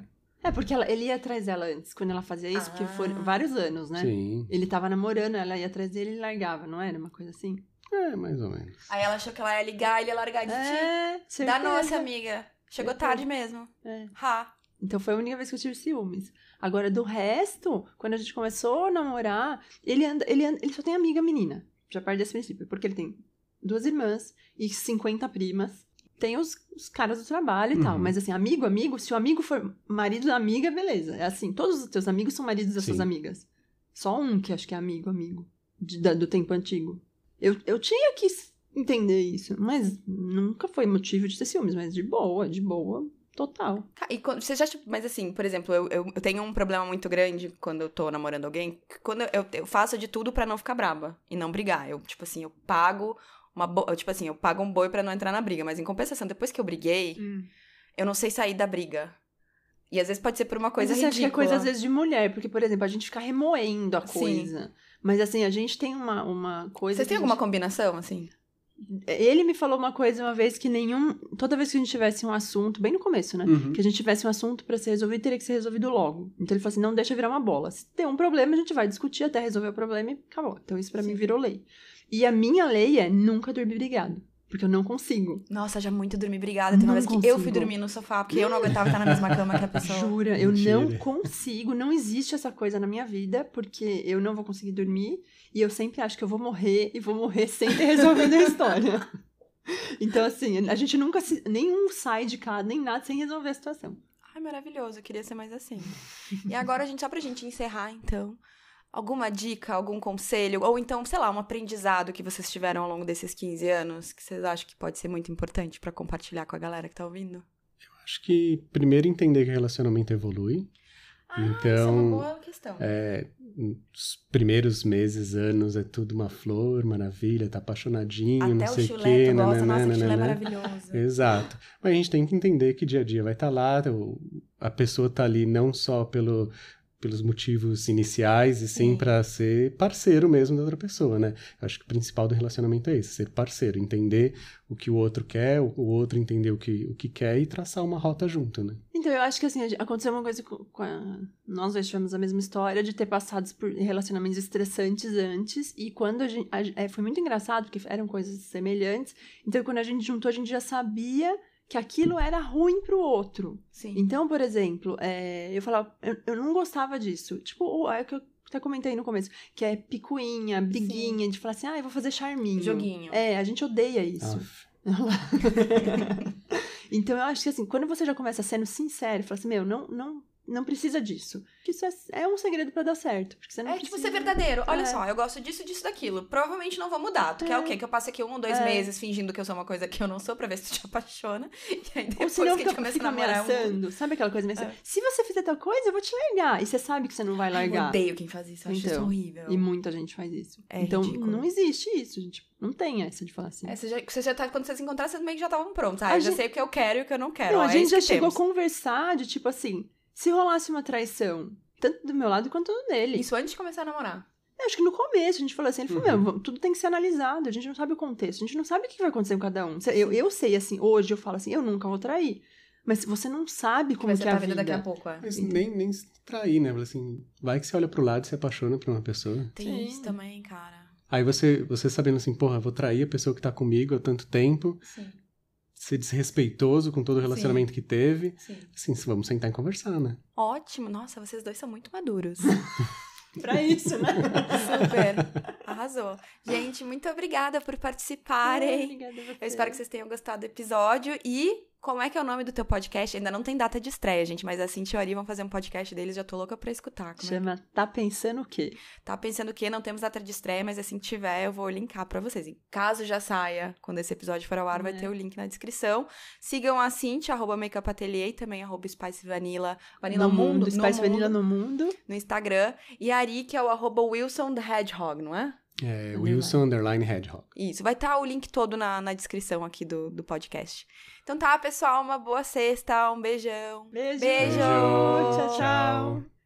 Speaker 5: É,
Speaker 4: É, porque ela- ele ia atrás dela antes, quando ela fazia isso, porque
Speaker 2: Ah.
Speaker 4: foram vários anos, né?
Speaker 5: Sim.
Speaker 4: Ele tava namorando, ela ia atrás dele e largava, não era uma coisa assim?
Speaker 5: É, mais ou menos.
Speaker 2: Aí ela achou que ela ia ligar, ele ia largar de ti.
Speaker 4: É,
Speaker 2: Da
Speaker 4: certeza.
Speaker 2: nossa, amiga. Chegou
Speaker 4: Certeza.
Speaker 2: tarde mesmo.
Speaker 4: É.
Speaker 2: Ha.
Speaker 4: Então foi a única vez que eu tive ciúmes. Agora, do resto, quando a gente começou a namorar, ele, anda, ele, anda- ele só tem amiga menina. Já parte desse princípio. Porque ele tem duas irmãs e 50 primas. Tem os, os caras do trabalho e tal.
Speaker 5: Uhum.
Speaker 4: Mas assim, amigo, amigo, se o amigo for marido da amiga, beleza. É assim, todos os teus amigos são maridos das
Speaker 5: Sim.
Speaker 4: suas amigas. Só um que acho que é amigo, amigo. de- da- do tempo antigo. Eu, eu tinha que s- entender isso. Mas nunca foi motivo de ter ciúmes. Mas de boa, de boa, total.
Speaker 2: Tá, e quando, você já, tipo, mas assim, por exemplo, eu, eu, eu tenho um problema muito grande quando eu tô namorando alguém, que quando eu, eu faço de tudo pra não ficar braba e não brigar. Eu, tipo assim, eu pago uma bo- eu, tipo assim, eu pago um boi pra não entrar na briga, mas em compensação, depois que eu briguei,
Speaker 4: Hum.
Speaker 2: eu não sei sair da briga. E às vezes pode ser por uma coisa
Speaker 4: Mas você acha que
Speaker 2: ridícula.
Speaker 4: é coisa, às vezes, de mulher. Porque, por exemplo, a gente fica remoendo a
Speaker 2: Sim.
Speaker 4: coisa. Mas, assim, a gente tem uma, uma coisa...
Speaker 2: Vocês
Speaker 4: que
Speaker 2: têm
Speaker 4: a
Speaker 2: alguma
Speaker 4: gente-
Speaker 2: combinação, assim?
Speaker 4: Ele me falou uma coisa uma vez que nenhum... Toda vez que a gente tivesse um assunto, bem no começo, né?
Speaker 5: Uhum.
Speaker 4: Que a gente tivesse um assunto pra ser resolvido, teria que ser resolvido logo. Então ele falou assim: não deixa virar uma bola. Se tem um problema, a gente vai discutir até resolver o problema e acabou. Então isso pra mim virou lei. E a minha lei é nunca dormir brigado. Porque eu não consigo.
Speaker 2: Nossa, já muito dormi brigada. Tem uma
Speaker 4: Não
Speaker 2: vez que eu fui
Speaker 4: consigo.
Speaker 2: dormir no sofá, porque eu não aguentava estar na mesma cama que a pessoa.
Speaker 4: Jura, eu não
Speaker 5: Mentira.
Speaker 4: consigo, não existe essa coisa na minha vida, porque eu não vou conseguir dormir e eu sempre acho que eu vou morrer e vou morrer sem ter resolvido a história. Então, assim, a gente nunca se. Nenhum sai de casa, nem nada, sem resolver a situação.
Speaker 2: Ai, maravilhoso, eu queria ser mais assim. E agora, gente, só pra gente encerrar, então, alguma dica, algum conselho, ou então, sei lá, um aprendizado que vocês tiveram ao longo desses 15 anos, que vocês acham que pode ser muito importante pra compartilhar com a galera que tá ouvindo?
Speaker 5: Acho que primeiro entender que relacionamento evolui.
Speaker 2: Ah, isso é uma
Speaker 5: Então,
Speaker 2: boa questão.
Speaker 5: É, os primeiros meses, anos, é tudo uma flor, maravilha, tá apaixonadinho, não
Speaker 2: Até o
Speaker 5: sei o
Speaker 2: chulé,
Speaker 5: quê. né?
Speaker 2: tu gosta,
Speaker 5: nananã,
Speaker 2: nossa, o chulé é
Speaker 5: nananã.
Speaker 2: maravilhoso.
Speaker 5: Exato. Mas a gente tem que entender que dia a dia vai estar lá, o- a pessoa tá ali não só pelo, pelos motivos iniciais, e sim,
Speaker 2: Sim.
Speaker 5: para ser parceiro mesmo da outra pessoa, né? Eu acho que o principal do relacionamento é esse, ser parceiro, entender o que o outro quer, o, o outro entender o que, o que quer e traçar uma rota junto, né?
Speaker 4: Então, eu acho que assim, a gente- aconteceu uma coisa com, com a... Nós dois tivemos a mesma história de ter passado por relacionamentos estressantes antes. E quando a gente. a- é, foi muito engraçado, porque eram coisas semelhantes. Então, quando a gente juntou, a gente já sabia que aquilo era ruim pro outro.
Speaker 2: Sim.
Speaker 4: Então, por exemplo, é, eu falava, eu, eu não gostava disso. Tipo, o- é o que eu até comentei no começo, que é picuinha, briguinha, de falar assim, ah, eu vou fazer charminho.
Speaker 2: Joguinho. Ah.
Speaker 4: É, a gente odeia isso.
Speaker 5: Aff.
Speaker 4: então, eu acho que assim, quando você já começa sendo sincero, fala assim, meu, não, não, não precisa disso. Que Isso é, é um segredo pra dar certo, porque você não
Speaker 2: É,
Speaker 4: precisa.
Speaker 2: tipo, ser verdadeiro. Olha
Speaker 4: É.
Speaker 2: só, eu gosto disso, disso, daquilo. Provavelmente não vou mudar. Tu quer
Speaker 4: É.
Speaker 2: o quê? Que eu passe aqui um, dois
Speaker 4: É.
Speaker 2: meses fingindo que eu sou uma coisa que eu não sou pra ver se tu te apaixona. E aí
Speaker 4: Ou
Speaker 2: depois
Speaker 4: senão
Speaker 2: que a gente
Speaker 4: fica,
Speaker 2: começa
Speaker 4: fica
Speaker 2: a namorar, é um eu
Speaker 4: ameaçando, sabe aquela coisa ameaçando? Se você fizer tal coisa, eu vou te largar. E você sabe que você não vai
Speaker 2: Eu
Speaker 4: largar.
Speaker 2: odeio quem faz isso, eu acho isso
Speaker 4: Então,
Speaker 2: horrível.
Speaker 4: E muita gente faz isso.
Speaker 2: É
Speaker 4: então,
Speaker 2: ridículo.
Speaker 4: não existe isso, gente. Não tem essa de falar assim.
Speaker 2: É, você já, você já tá, quando vocês encontraram, vocês meio que já estavam prontos. Ah,
Speaker 4: A
Speaker 2: eu já
Speaker 4: gente-
Speaker 2: sei o que eu quero e o que eu não quero.
Speaker 4: Não,
Speaker 2: ó,
Speaker 4: a
Speaker 2: é
Speaker 4: gente
Speaker 2: isso
Speaker 4: já
Speaker 2: que
Speaker 4: chegou a
Speaker 2: temos.
Speaker 4: conversar de tipo assim, se rolasse uma traição, tanto do meu lado quanto do dele.
Speaker 2: Isso antes de começar a namorar.
Speaker 4: Eu Acho que no começo a gente falou assim, ele falou,
Speaker 5: Uhum.
Speaker 4: meu, vamos- tudo tem que ser analisado, a gente não sabe o contexto, a gente não sabe o que vai acontecer com cada um. Cê- Eu, eu sei, assim, hoje eu falo assim, eu nunca vou trair. Mas você não sabe
Speaker 2: Que
Speaker 4: como
Speaker 2: vai
Speaker 4: que
Speaker 2: ser
Speaker 4: é a
Speaker 2: pra
Speaker 4: vida.
Speaker 2: vida daqui a pouco, é.
Speaker 5: Mas nem, nem se trair, né? Fala Assim, vai que você olha pro lado e se apaixona por uma pessoa.
Speaker 2: Tem
Speaker 4: Sim.
Speaker 2: isso também, cara.
Speaker 5: Aí você, você sabendo assim, porra, vou trair a pessoa que tá comigo há tanto tempo,
Speaker 2: Sim,
Speaker 5: ser desrespeitoso com todo o relacionamento que teve.
Speaker 2: sim.
Speaker 5: Assim, vamos sentar e conversar, né?
Speaker 2: Ótimo. Nossa, vocês dois são muito maduros.
Speaker 4: Pra isso, né?
Speaker 2: Super. Arrasou. Gente, muito obrigada por participarem.
Speaker 4: Obrigada a você.
Speaker 2: Eu espero que vocês tenham gostado do episódio. E como é que é o nome do teu podcast? Ainda não tem data de estreia, gente, mas a Cintia e o Ari vão fazer um podcast deles, já tô louca pra escutar. Como é?
Speaker 4: Chama Tá Pensando o Quê?
Speaker 2: Tá pensando que não temos data de estreia, mas assim que tiver, eu vou linkar pra vocês. E caso já saia, quando esse episódio for ao ar, vai
Speaker 4: É.
Speaker 2: ter o link na descrição. Sigam a Cintia, arroba Makeup Atelier, e também arroba Spice Vanilla, Vanilla
Speaker 4: no mundo,
Speaker 2: no
Speaker 4: Spice Vanilla
Speaker 2: mundo,
Speaker 4: no mundo.
Speaker 2: no Instagram. E a Ari, que é o arroba Wilson the Hedgehog, não é?
Speaker 5: É,
Speaker 4: Underline.
Speaker 5: Wilson Underline Hedgehog.
Speaker 2: Isso, vai estar o link todo na, na descrição aqui do, do podcast. Então tá, pessoal, uma boa sexta, um beijão.
Speaker 4: Beijo.
Speaker 2: Beijo.
Speaker 4: Tchau, tchau.
Speaker 5: Tchau.